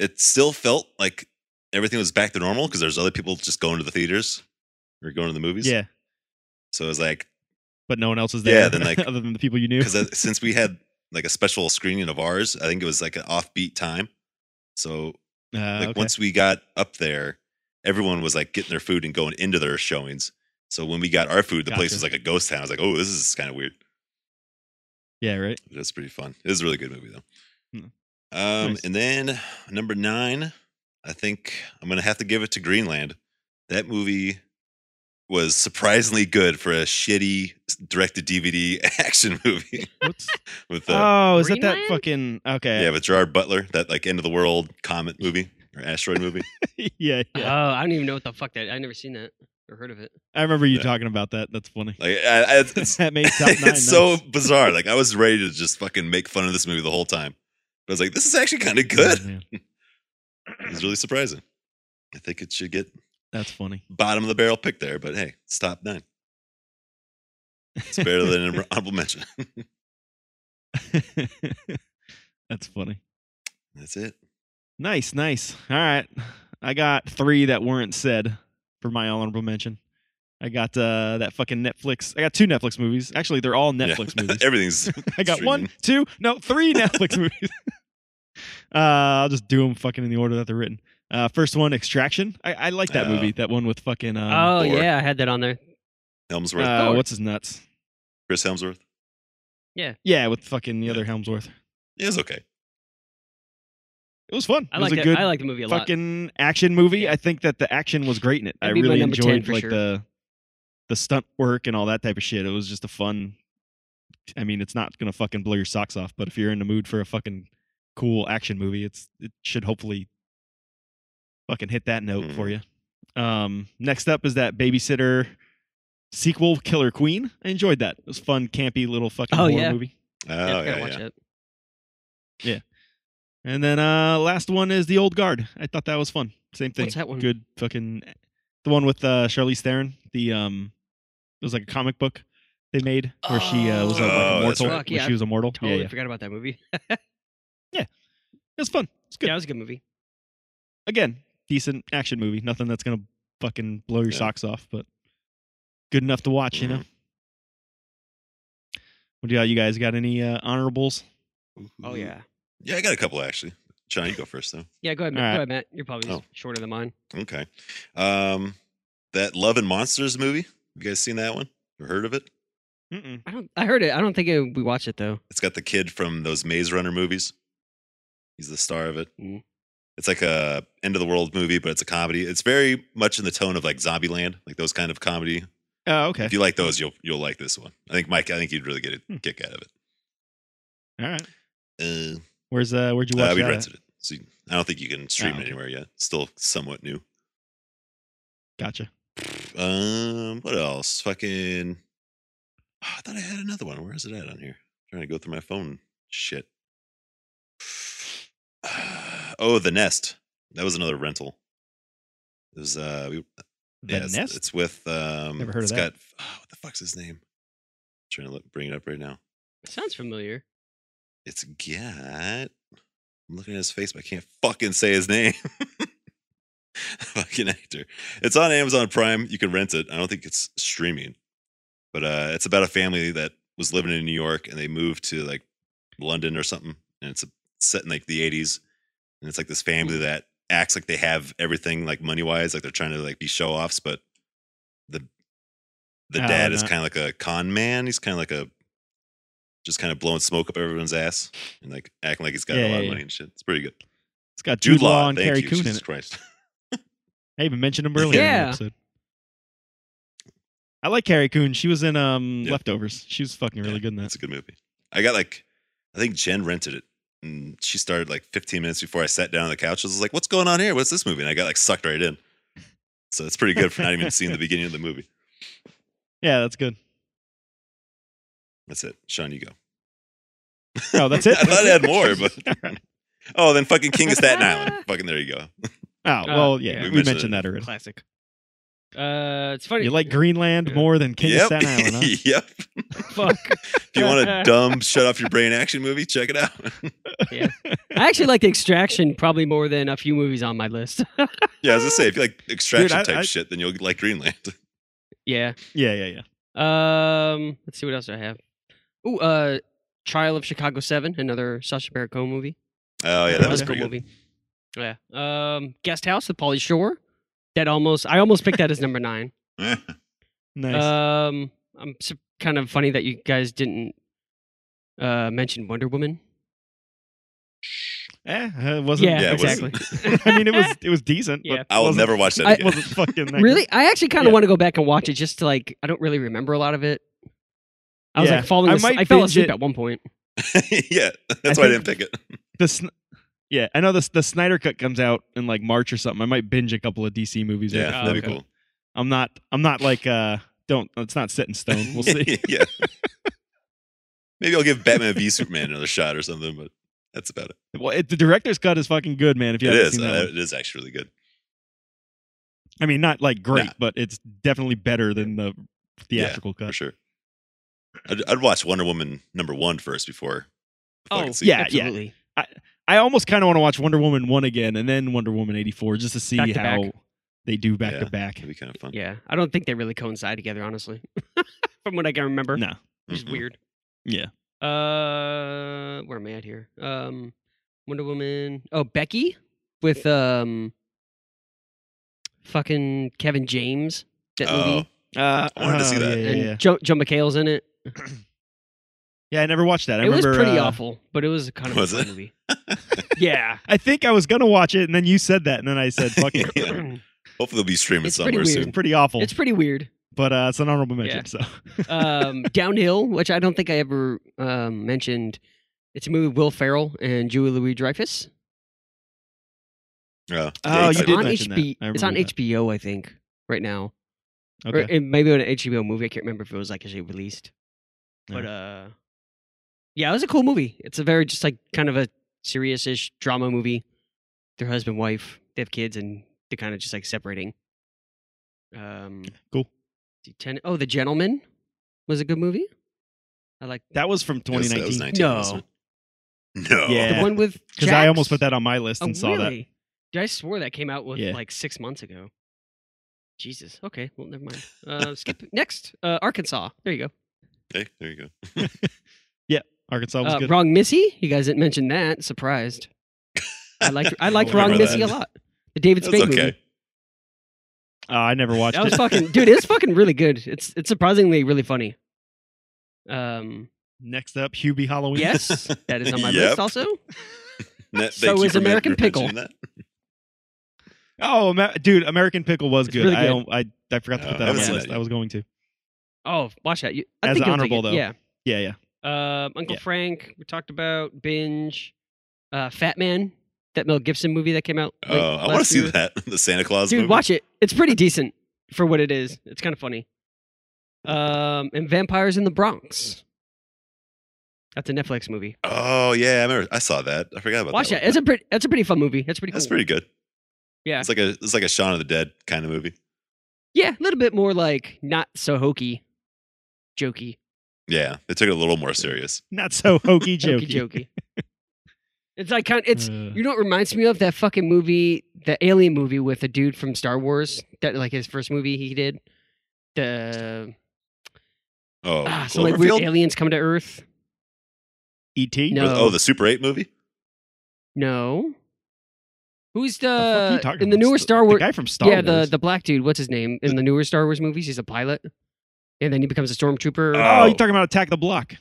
Speaker 3: it still felt like everything was back to normal because there's other people just going to the theaters or going to the movies.
Speaker 1: Yeah,
Speaker 3: So it was like
Speaker 1: but no one else was there.
Speaker 3: Yeah, then, like-
Speaker 1: *laughs* other than the people you knew.
Speaker 3: because uh, since we had like a special screening of ours, I think it was like an offbeat time. So
Speaker 1: *laughs* Uh,
Speaker 3: like
Speaker 1: okay.
Speaker 3: once we got up there, everyone was like getting their food and going into their showings. So when we got our food, the place
Speaker 1: Gotcha.
Speaker 3: was like a ghost town. I was like, oh, this is kind of weird.
Speaker 1: yeah, right.
Speaker 3: But It's pretty fun. It was a really good movie though.
Speaker 1: Hmm.
Speaker 3: Um,
Speaker 1: Nice.
Speaker 3: and then number nine, I think I'm gonna have to give it to Greenland. That movie was surprisingly good for a shitty directed DVD *laughs* action movie *laughs*
Speaker 1: What's,
Speaker 3: with uh,
Speaker 1: oh, is that that
Speaker 2: Greenland?
Speaker 1: fucking okay?
Speaker 3: Yeah, with Gerard Butler, that like end of the world comet movie or asteroid movie.
Speaker 1: Yeah, *laughs* yeah.
Speaker 2: Oh, I don't even know what the fuck that. I never seen that or heard of it.
Speaker 1: I remember you
Speaker 3: Yeah.
Speaker 1: talking about that. That's
Speaker 3: *laughs*
Speaker 1: funny. *laughs*
Speaker 3: Like, I, I, it's,
Speaker 1: that made top nine.
Speaker 3: *laughs* it's
Speaker 1: nice.
Speaker 3: so bizarre. Like, I was ready to just fucking make fun of this movie the whole time, but I was like, this is actually kind of good.
Speaker 1: Yeah, yeah.
Speaker 3: It's really surprising. I think it should get
Speaker 1: That's funny.
Speaker 3: bottom of the barrel pick there, but hey, it's top nine. It's better than an honorable mention.
Speaker 1: *laughs*
Speaker 3: *laughs*
Speaker 1: That's funny.
Speaker 3: That's it.
Speaker 1: Nice, nice. All right. I got three that weren't said for my honorable mention. I got uh, that fucking Netflix. I got two Netflix movies. Actually, they're all
Speaker 3: Yeah. *laughs*
Speaker 1: Netflix movies.
Speaker 3: Everything's.
Speaker 1: *laughs* I got one,
Speaker 3: streaming.
Speaker 1: two, no,
Speaker 3: *laughs*
Speaker 1: three Netflix movies. *laughs* Uh, I'll just do them fucking in the order that they're written. Uh, first one, Extraction. I, I like that
Speaker 3: Oh.
Speaker 1: movie. That one with fucking um,
Speaker 2: oh
Speaker 3: four.
Speaker 2: yeah, I had that on there.
Speaker 3: Helmsworth,
Speaker 1: uh,
Speaker 2: Thor.
Speaker 1: what's his nuts?
Speaker 3: Chris Helmsworth.
Speaker 1: Yeah, with fucking the
Speaker 3: Yeah.
Speaker 1: other Helmsworth.
Speaker 3: It was okay.
Speaker 1: It was fun.
Speaker 2: I
Speaker 1: it was
Speaker 2: like
Speaker 1: a
Speaker 2: that.
Speaker 1: good
Speaker 2: I like the movie a lot.
Speaker 1: fucking action movie.
Speaker 2: Yeah.
Speaker 1: I think that the action was great in it.
Speaker 2: That'd
Speaker 1: I
Speaker 2: be my
Speaker 1: really
Speaker 2: number 10
Speaker 1: enjoyed
Speaker 2: for
Speaker 1: like
Speaker 2: sure.
Speaker 1: the the stunt work and all that type of shit. It was just a fun. I mean, it's not gonna fucking blow your socks off, but if you're in the mood for a fucking cool action movie, it's it should hopefully fucking hit that note
Speaker 2: Hmm.
Speaker 1: for you. Um, next up is that babysitter sequel, Killer Queen. I enjoyed that. It was fun, campy little fucking
Speaker 2: Oh,
Speaker 1: horror
Speaker 2: yeah.
Speaker 1: movie.
Speaker 3: Oh,
Speaker 2: Yeah, I
Speaker 3: yeah,
Speaker 2: gotta
Speaker 3: yeah,
Speaker 2: watch that.
Speaker 1: And then uh last one is the old guard. I thought that was fun. Same thing.
Speaker 2: What's that one?
Speaker 1: Good fucking the one with uh Charlize Theron. The um it was like a comic book they made where she uh, was uh, like
Speaker 3: Oh, that's
Speaker 1: immortal.
Speaker 2: right.
Speaker 1: where
Speaker 2: Yeah,
Speaker 1: she was immortal.
Speaker 2: Totally
Speaker 1: Yeah, yeah.
Speaker 2: forgot about that movie.
Speaker 1: It was fun. It's good.
Speaker 2: Yeah, it was a good movie.
Speaker 1: Again, decent action movie. Nothing that's gonna fucking blow your
Speaker 3: Yeah. Mm-hmm.
Speaker 1: socks off, but good enough to watch. You know. What do you, you guys got? Any uh, honorables? Mm-hmm.
Speaker 2: Oh yeah.
Speaker 3: Yeah, I got a couple actually. Sean, you go first though.
Speaker 2: Yeah, go ahead, Matt.
Speaker 1: All right.
Speaker 2: Go ahead, Matt. You're probably
Speaker 3: Oh.
Speaker 2: shorter than mine.
Speaker 3: Okay. Um, that Love and Monsters movie. You guys seen that one? Or heard of it?
Speaker 1: Mm-mm.
Speaker 2: I don't. I heard it. I don't think it, we watched it though.
Speaker 3: It's got the kid from those Maze Runner movies. He's the star of it.
Speaker 1: Mm-hmm.
Speaker 2: Mm.
Speaker 3: It's like a end of the world movie, but it's a comedy. It's very much in the tone of like Zombieland, like those kind of comedy.
Speaker 1: Oh, okay.
Speaker 3: If you like those, you'll you'll like this one. I think Mike, I think you'd really get a
Speaker 1: Hmm.
Speaker 3: kick out of it.
Speaker 1: All right.
Speaker 3: Uh,
Speaker 1: Where's uh? Where'd you
Speaker 3: uh,
Speaker 1: watch
Speaker 3: we
Speaker 1: that? at?
Speaker 3: rented it. So you- I don't think you can stream
Speaker 1: Oh,
Speaker 3: it
Speaker 1: okay.
Speaker 3: anywhere yet. It's still somewhat new.
Speaker 1: Gotcha.
Speaker 3: Um, what else? Fucking. ah, I thought I had another one. Where is it at on here? trying to go through my phone. Shit. *sighs* oh, the nest. That was another rental. It was uh, we,
Speaker 1: The
Speaker 3: yeah, it's-
Speaker 1: nest.
Speaker 3: It's, with um,
Speaker 1: Never heard of
Speaker 3: it's
Speaker 1: that.
Speaker 3: Got, oh, what the fuck's his name? trying to look, bring it up right now.
Speaker 2: It sounds familiar.
Speaker 3: It's got. I'm looking at his face, but I can't fucking say his name. *laughs* fucking actor. It's on Amazon Prime. You can rent it. I don't think it's streaming, but uh, it's about a family that was living in New York and they moved to like London or something. And it's set in like the 80s. And it's like this family that acts like they have everything like money wise, like they're trying to like be show offs, but the the
Speaker 1: No,
Speaker 3: dad is
Speaker 1: not-
Speaker 3: kind of like a con man. He's kind of like a just kind of blowing smoke up everyone's ass and like acting like he's got
Speaker 1: Yeah,
Speaker 3: a lot
Speaker 1: yeah,
Speaker 3: of
Speaker 1: yeah.
Speaker 3: money and shit. It's pretty good.
Speaker 1: It's got
Speaker 3: Jude, Law,
Speaker 1: and
Speaker 3: thank
Speaker 1: Carrie
Speaker 3: you,
Speaker 1: Coon in
Speaker 3: Jesus
Speaker 1: it.
Speaker 3: Christ. *laughs*
Speaker 1: I even mentioned him earlier. In
Speaker 2: Yeah.
Speaker 1: the episode. I like Carrie Coon. She was in um,
Speaker 3: Yeah.
Speaker 1: Leftovers. She was fucking really
Speaker 3: Yeah,
Speaker 1: good in that.
Speaker 3: That's a good movie. I got like, I think Jen rented it. And she started like 15 minutes before I sat down on the couch. I was like, what's going on here? What's this movie? And I got like sucked right in. So it's pretty good for not even seeing the beginning of the movie.
Speaker 1: Yeah, that's good.
Speaker 3: That's it. Sean, you go.
Speaker 1: No, Oh, that's it.
Speaker 3: *laughs* I thought I had more,
Speaker 1: *laughs*
Speaker 3: but. oh, then fucking King of Staten Island. Fucking there you go.
Speaker 1: Oh well,
Speaker 2: Uh, yeah.
Speaker 1: yeah,
Speaker 2: We
Speaker 1: we,
Speaker 3: mentioned
Speaker 1: mentioned
Speaker 3: it.
Speaker 1: that already.
Speaker 2: Classic. Uh, it's funny.
Speaker 1: You like Greenland more than King
Speaker 3: yep.
Speaker 1: of Staten Island? Huh?
Speaker 3: *laughs* yep.
Speaker 2: *laughs* fuck?
Speaker 3: If you want
Speaker 1: *laughs*
Speaker 3: a dumb, shut off your brain action movie, check it out. *laughs*
Speaker 2: I actually like the Extraction probably more than a few movies on my list. *laughs*
Speaker 3: yeah, as I say, if you like extraction
Speaker 1: I-
Speaker 3: type
Speaker 1: I-
Speaker 3: shit, then you'll like Greenland. *laughs*
Speaker 2: yeah.
Speaker 1: Yeah, yeah, yeah.
Speaker 2: Um, let's see what else do I have. Ooh, uh, Trial of Chicago Seven, another Sacha Baron Cohen movie.
Speaker 3: Oh, yeah, that was
Speaker 2: a
Speaker 3: pretty
Speaker 2: cool
Speaker 3: good.
Speaker 2: movie. Yeah. Um, Guest House, The Polly Shore. That almost, I almost picked that as number nine.
Speaker 1: *laughs* Nice.
Speaker 2: Um, I'm su- kind of funny that you guys didn't uh mention Wonder Woman.
Speaker 1: eh, it wasn't.
Speaker 2: yeah,
Speaker 3: yeah, it was-
Speaker 2: exactly.
Speaker 1: *laughs*
Speaker 2: *laughs*
Speaker 1: I mean, it was it was decent.
Speaker 2: Yeah.
Speaker 1: but
Speaker 3: *laughs* I will
Speaker 1: wasn't-
Speaker 3: never watch that
Speaker 2: I-
Speaker 1: It
Speaker 3: again.
Speaker 1: wasn't fucking that
Speaker 2: really, I actually kind of
Speaker 1: Yeah.
Speaker 2: want to go back and watch it just to like, I don't really remember a lot of it. I was
Speaker 1: Yeah.
Speaker 2: like falling.
Speaker 1: I
Speaker 2: asleep.
Speaker 1: might
Speaker 2: I, fell
Speaker 1: binge
Speaker 2: asleep
Speaker 1: it.
Speaker 2: at one point.
Speaker 3: *laughs* yeah, that's why I
Speaker 1: think-
Speaker 3: didn't pick it.
Speaker 1: good. The Sn- yeah, I know the the Snyder cut comes out in like March or something. I might binge a couple of DC movies. right
Speaker 3: Yeah,
Speaker 2: Oh,
Speaker 1: before
Speaker 3: that'd
Speaker 1: that.
Speaker 3: be cool.
Speaker 1: I'm not. I'm not like. uh Don't. It's not set in stone.
Speaker 3: *laughs*
Speaker 1: We'll see.
Speaker 3: yeah. Maybe I'll give Batman v Superman another shot or something, but that's about it.
Speaker 1: well, it, the director's cut is fucking good, man. If you
Speaker 3: it
Speaker 1: haven't
Speaker 3: is.
Speaker 1: seen that,
Speaker 3: Uh,
Speaker 1: one.
Speaker 3: it is actually really good.
Speaker 1: I mean, not like great,
Speaker 3: Nah.
Speaker 1: but it's definitely better than the theatrical
Speaker 3: For
Speaker 1: cut.
Speaker 3: sure. I'd, I'd watch Wonder Woman number one first before. before I
Speaker 2: Oh,
Speaker 3: could see it.
Speaker 1: Oh, yeah, yeah.
Speaker 2: absolutely.
Speaker 1: I almost kind of want to watch Wonder Woman one again and then Wonder Woman eighty four just to see
Speaker 2: Back to
Speaker 1: how
Speaker 2: back.
Speaker 1: they do back
Speaker 3: Yeah.
Speaker 1: to back.
Speaker 3: That'd be kind of fun.
Speaker 2: Yeah, I don't think they really coincide together, honestly, *laughs* from what I can remember.
Speaker 1: No,
Speaker 2: which is
Speaker 3: Mhm.
Speaker 2: weird.
Speaker 1: Yeah.
Speaker 2: Uh, where am I at here? Um, Wonder Woman. Oh, Becky with um, fucking Kevin James. That
Speaker 3: Oh,
Speaker 2: movie.
Speaker 1: uh,
Speaker 3: I wanted to see
Speaker 1: oh,
Speaker 3: that.
Speaker 1: Yeah,
Speaker 2: and
Speaker 1: yeah, yeah.
Speaker 2: Joe, Joe McHale's in it.
Speaker 1: Yeah, I never watched that. I
Speaker 2: it was
Speaker 1: remember,
Speaker 2: pretty
Speaker 1: uh,
Speaker 2: awful, but it was kind of
Speaker 3: Was
Speaker 2: a fun
Speaker 3: it?
Speaker 1: *laughs*
Speaker 2: movie. yeah.
Speaker 1: I think I was gonna watch it, and then you said that, and then I said, "Fuck it."
Speaker 3: *laughs* Yeah. hopefully they'll be streaming
Speaker 2: It's pretty
Speaker 3: somewhere
Speaker 1: It's
Speaker 3: soon.
Speaker 2: weird.
Speaker 1: pretty awful,
Speaker 2: It's pretty weird.
Speaker 1: but uh, it's an honorable mention.
Speaker 2: Yeah.
Speaker 1: So
Speaker 2: Um, Downhill, which I don't think I ever um, mentioned. It's a movie with Will Ferrell and Julie Louis Dreyfus.
Speaker 3: Oh,
Speaker 1: Oh, you
Speaker 3: it's
Speaker 2: it's
Speaker 3: like-
Speaker 1: did
Speaker 2: on
Speaker 1: mention that.
Speaker 2: HB
Speaker 1: I
Speaker 2: It's on
Speaker 1: remember that.
Speaker 2: HBO, I think, right now. Or
Speaker 1: okay,
Speaker 2: it may be on an HBO movie. I can't remember if it was like actually released. But uh, yeah, it was a cool movie. It's a very just like kind of a serious-ish drama movie. Their husband, wife, they have kids, and they're kind of just like separating. Um,
Speaker 1: Cool.
Speaker 2: the Ten- oh, The Gentleman was a good movie. I like
Speaker 1: that was from
Speaker 3: Yes, that
Speaker 1: 2019.
Speaker 3: was 19, wasn't it? No.
Speaker 1: Yeah.
Speaker 2: the one with
Speaker 1: Because I almost
Speaker 2: Jax-
Speaker 1: put that on my list
Speaker 2: Oh,
Speaker 1: and saw that.
Speaker 2: really? Dude, I swore that came out with
Speaker 1: Yeah.
Speaker 2: like six months ago. Jesus. Okay. Well,
Speaker 1: *laughs*
Speaker 2: never mind. Uh, skip next. Uh, Arkansas. There you go.
Speaker 3: Hey, there you go.
Speaker 1: Arkansas was
Speaker 2: Uh,
Speaker 1: good.
Speaker 2: Wrong Missy. You guys didn't mention that. Surprised. I liked I
Speaker 3: *laughs*
Speaker 2: liked
Speaker 1: I
Speaker 2: Wrong
Speaker 1: remember
Speaker 2: Missy a
Speaker 3: that.
Speaker 2: lot. The David
Speaker 3: That's
Speaker 2: Spade
Speaker 3: okay.
Speaker 2: movie.
Speaker 1: Uh, I never watched
Speaker 2: That was
Speaker 1: it.
Speaker 2: fucking dude. It's fucking really good. It's it's surprisingly really funny. Um.
Speaker 1: Next up, Hubie Halloween.
Speaker 2: Yes, that is on
Speaker 3: *laughs*
Speaker 2: my
Speaker 3: Yep.
Speaker 2: list. Also,
Speaker 3: Ne-
Speaker 2: So
Speaker 3: thank you
Speaker 2: is
Speaker 3: for men-
Speaker 2: American
Speaker 3: for
Speaker 2: Pickle.
Speaker 3: mentioning that.
Speaker 1: *laughs* Oh, Ama- dude, American Pickle was
Speaker 2: It's
Speaker 1: good.
Speaker 2: really
Speaker 1: I
Speaker 2: good.
Speaker 1: don't. I, I forgot to
Speaker 3: Oh,
Speaker 1: put
Speaker 3: I
Speaker 1: that on
Speaker 2: haven't
Speaker 1: my
Speaker 2: seen
Speaker 1: list.
Speaker 3: that
Speaker 1: I was going to.
Speaker 2: oh, watch that. You, I
Speaker 1: As
Speaker 2: think you'll dig
Speaker 1: honorable, though.
Speaker 2: it. Yeah.
Speaker 1: Yeah, yeah.
Speaker 2: Um, Uncle
Speaker 1: Yeah.
Speaker 2: Frank. We talked about binge. Uh, Fat Man. That Mel Gibson movie that came out.
Speaker 3: Oh,
Speaker 2: like,
Speaker 3: I want to
Speaker 2: last
Speaker 3: see
Speaker 2: year.
Speaker 3: that. *laughs* The Santa Claus
Speaker 2: Dude,
Speaker 3: movie.
Speaker 2: watch it. It's pretty decent for what it is. It's kind of funny. Um, and Vampires in the Bronx. That's a Netflix movie.
Speaker 3: Oh yeah, I remember. I saw that. I forgot about
Speaker 2: Watch
Speaker 3: that.
Speaker 2: that.
Speaker 3: one.
Speaker 2: It's a pretty. That's a pretty fun movie. That's pretty.
Speaker 3: That's
Speaker 2: cool.
Speaker 3: pretty good.
Speaker 2: Yeah.
Speaker 3: It's like a it's like a Shaun of the Dead kind of movie.
Speaker 2: Yeah, a little bit more like not so hokey, jokey,
Speaker 3: Yeah, they took it a little more serious.
Speaker 1: Not so *laughs* hokey
Speaker 2: jokey,
Speaker 1: jokey.
Speaker 2: jokey. *laughs* it's like kind. It's
Speaker 1: Uh,
Speaker 2: you know what reminds me of that fucking movie, the alien movie with the dude from Star Wars. That like his first movie he did. The
Speaker 3: Oh,
Speaker 2: ah, so like weird
Speaker 3: Cloverfield?
Speaker 2: aliens come to Earth.
Speaker 1: E.T.
Speaker 2: No.
Speaker 1: E
Speaker 3: Oh, the Super Eight movie.
Speaker 2: No. Who's
Speaker 1: The fuck
Speaker 2: the,
Speaker 1: you talking
Speaker 2: Uh, in the
Speaker 1: about?
Speaker 2: newer Star Wars?
Speaker 1: The guy from Star
Speaker 2: yeah, the
Speaker 1: Wars.
Speaker 2: the black dude. What's his name in the newer Star Wars movies? He's a pilot, and then he becomes a stormtrooper.
Speaker 3: Uh,
Speaker 1: oh, you're talking about Attack the Block.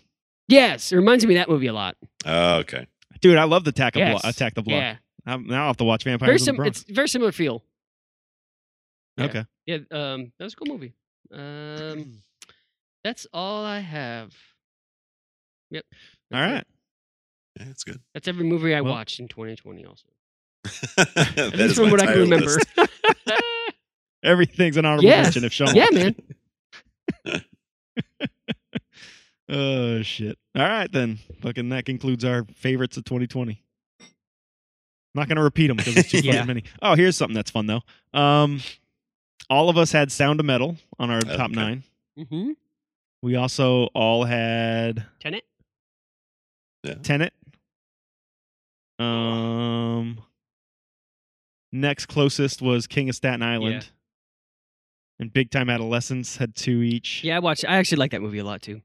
Speaker 2: yes, it reminds me of that movie a lot.
Speaker 3: Oh, okay.
Speaker 1: Dude, I love the Attack, of
Speaker 2: Yes.
Speaker 1: Blo- Attack the Block.
Speaker 2: Yeah,
Speaker 1: I'm, now I'll have to watch Vampires
Speaker 2: very
Speaker 1: in the
Speaker 2: sim-
Speaker 1: Bronx.
Speaker 2: It's very similar feel. yeah.
Speaker 1: Okay.
Speaker 2: Yeah, um, that was a cool movie.
Speaker 1: *clears throat*
Speaker 2: Um, that's all I have. Yep.
Speaker 1: All
Speaker 2: that's it.
Speaker 1: right.
Speaker 3: Yeah, that's good. *laughs*
Speaker 2: That's every movie I
Speaker 1: Well-
Speaker 2: watched in 2020. Also,
Speaker 3: that
Speaker 2: at least
Speaker 3: is
Speaker 2: from
Speaker 3: my
Speaker 2: what I can
Speaker 3: entire
Speaker 2: remember.
Speaker 3: list. *laughs*
Speaker 1: *laughs* Everything's an honorable
Speaker 2: Yes.
Speaker 1: mention if Sean.
Speaker 2: yeah, man.
Speaker 1: Oh shit. All right then. Fucking that concludes our favorites of 2020. Not gonna repeat them because it's too
Speaker 2: *laughs* Yeah.
Speaker 1: fucking many. Oh, here's something that's fun though. Um, all of us had Sound of Metal on our top
Speaker 3: Okay.
Speaker 1: nine.
Speaker 2: Mm-hmm.
Speaker 1: We also all had
Speaker 2: Tenet.
Speaker 1: Tenet. Um, next closest was King of Staten Island. And Big Time Adolescence had two each.
Speaker 2: Yeah, I watched. I actually like that movie a lot too.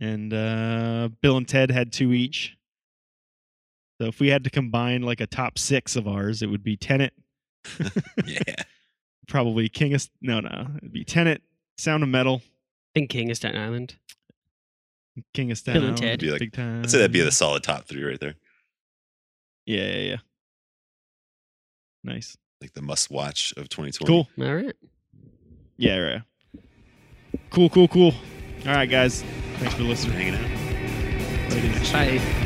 Speaker 1: and uh, Bill and Ted had
Speaker 2: Mm-hmm.
Speaker 1: two each. So if we had to combine like a top six of ours, it would be Tenet,
Speaker 3: Yeah.
Speaker 1: probably King of no no, it'd be Tenet, Sound of Metal,
Speaker 2: I think King of Staten Island.
Speaker 1: King of Staten
Speaker 2: Bill and
Speaker 1: Island,
Speaker 2: Ted.
Speaker 3: Be like-
Speaker 1: Big Time.
Speaker 3: I'd say that'd be
Speaker 2: *laughs*
Speaker 3: the solid top three right there.
Speaker 1: yeah yeah yeah. Nice,
Speaker 3: Like the must watch of 2020.
Speaker 1: cool,
Speaker 2: All right.
Speaker 1: yeah yeah, cool cool cool. All right guys, thanks for listening.
Speaker 3: Hanging out.
Speaker 1: Later.
Speaker 2: Bye.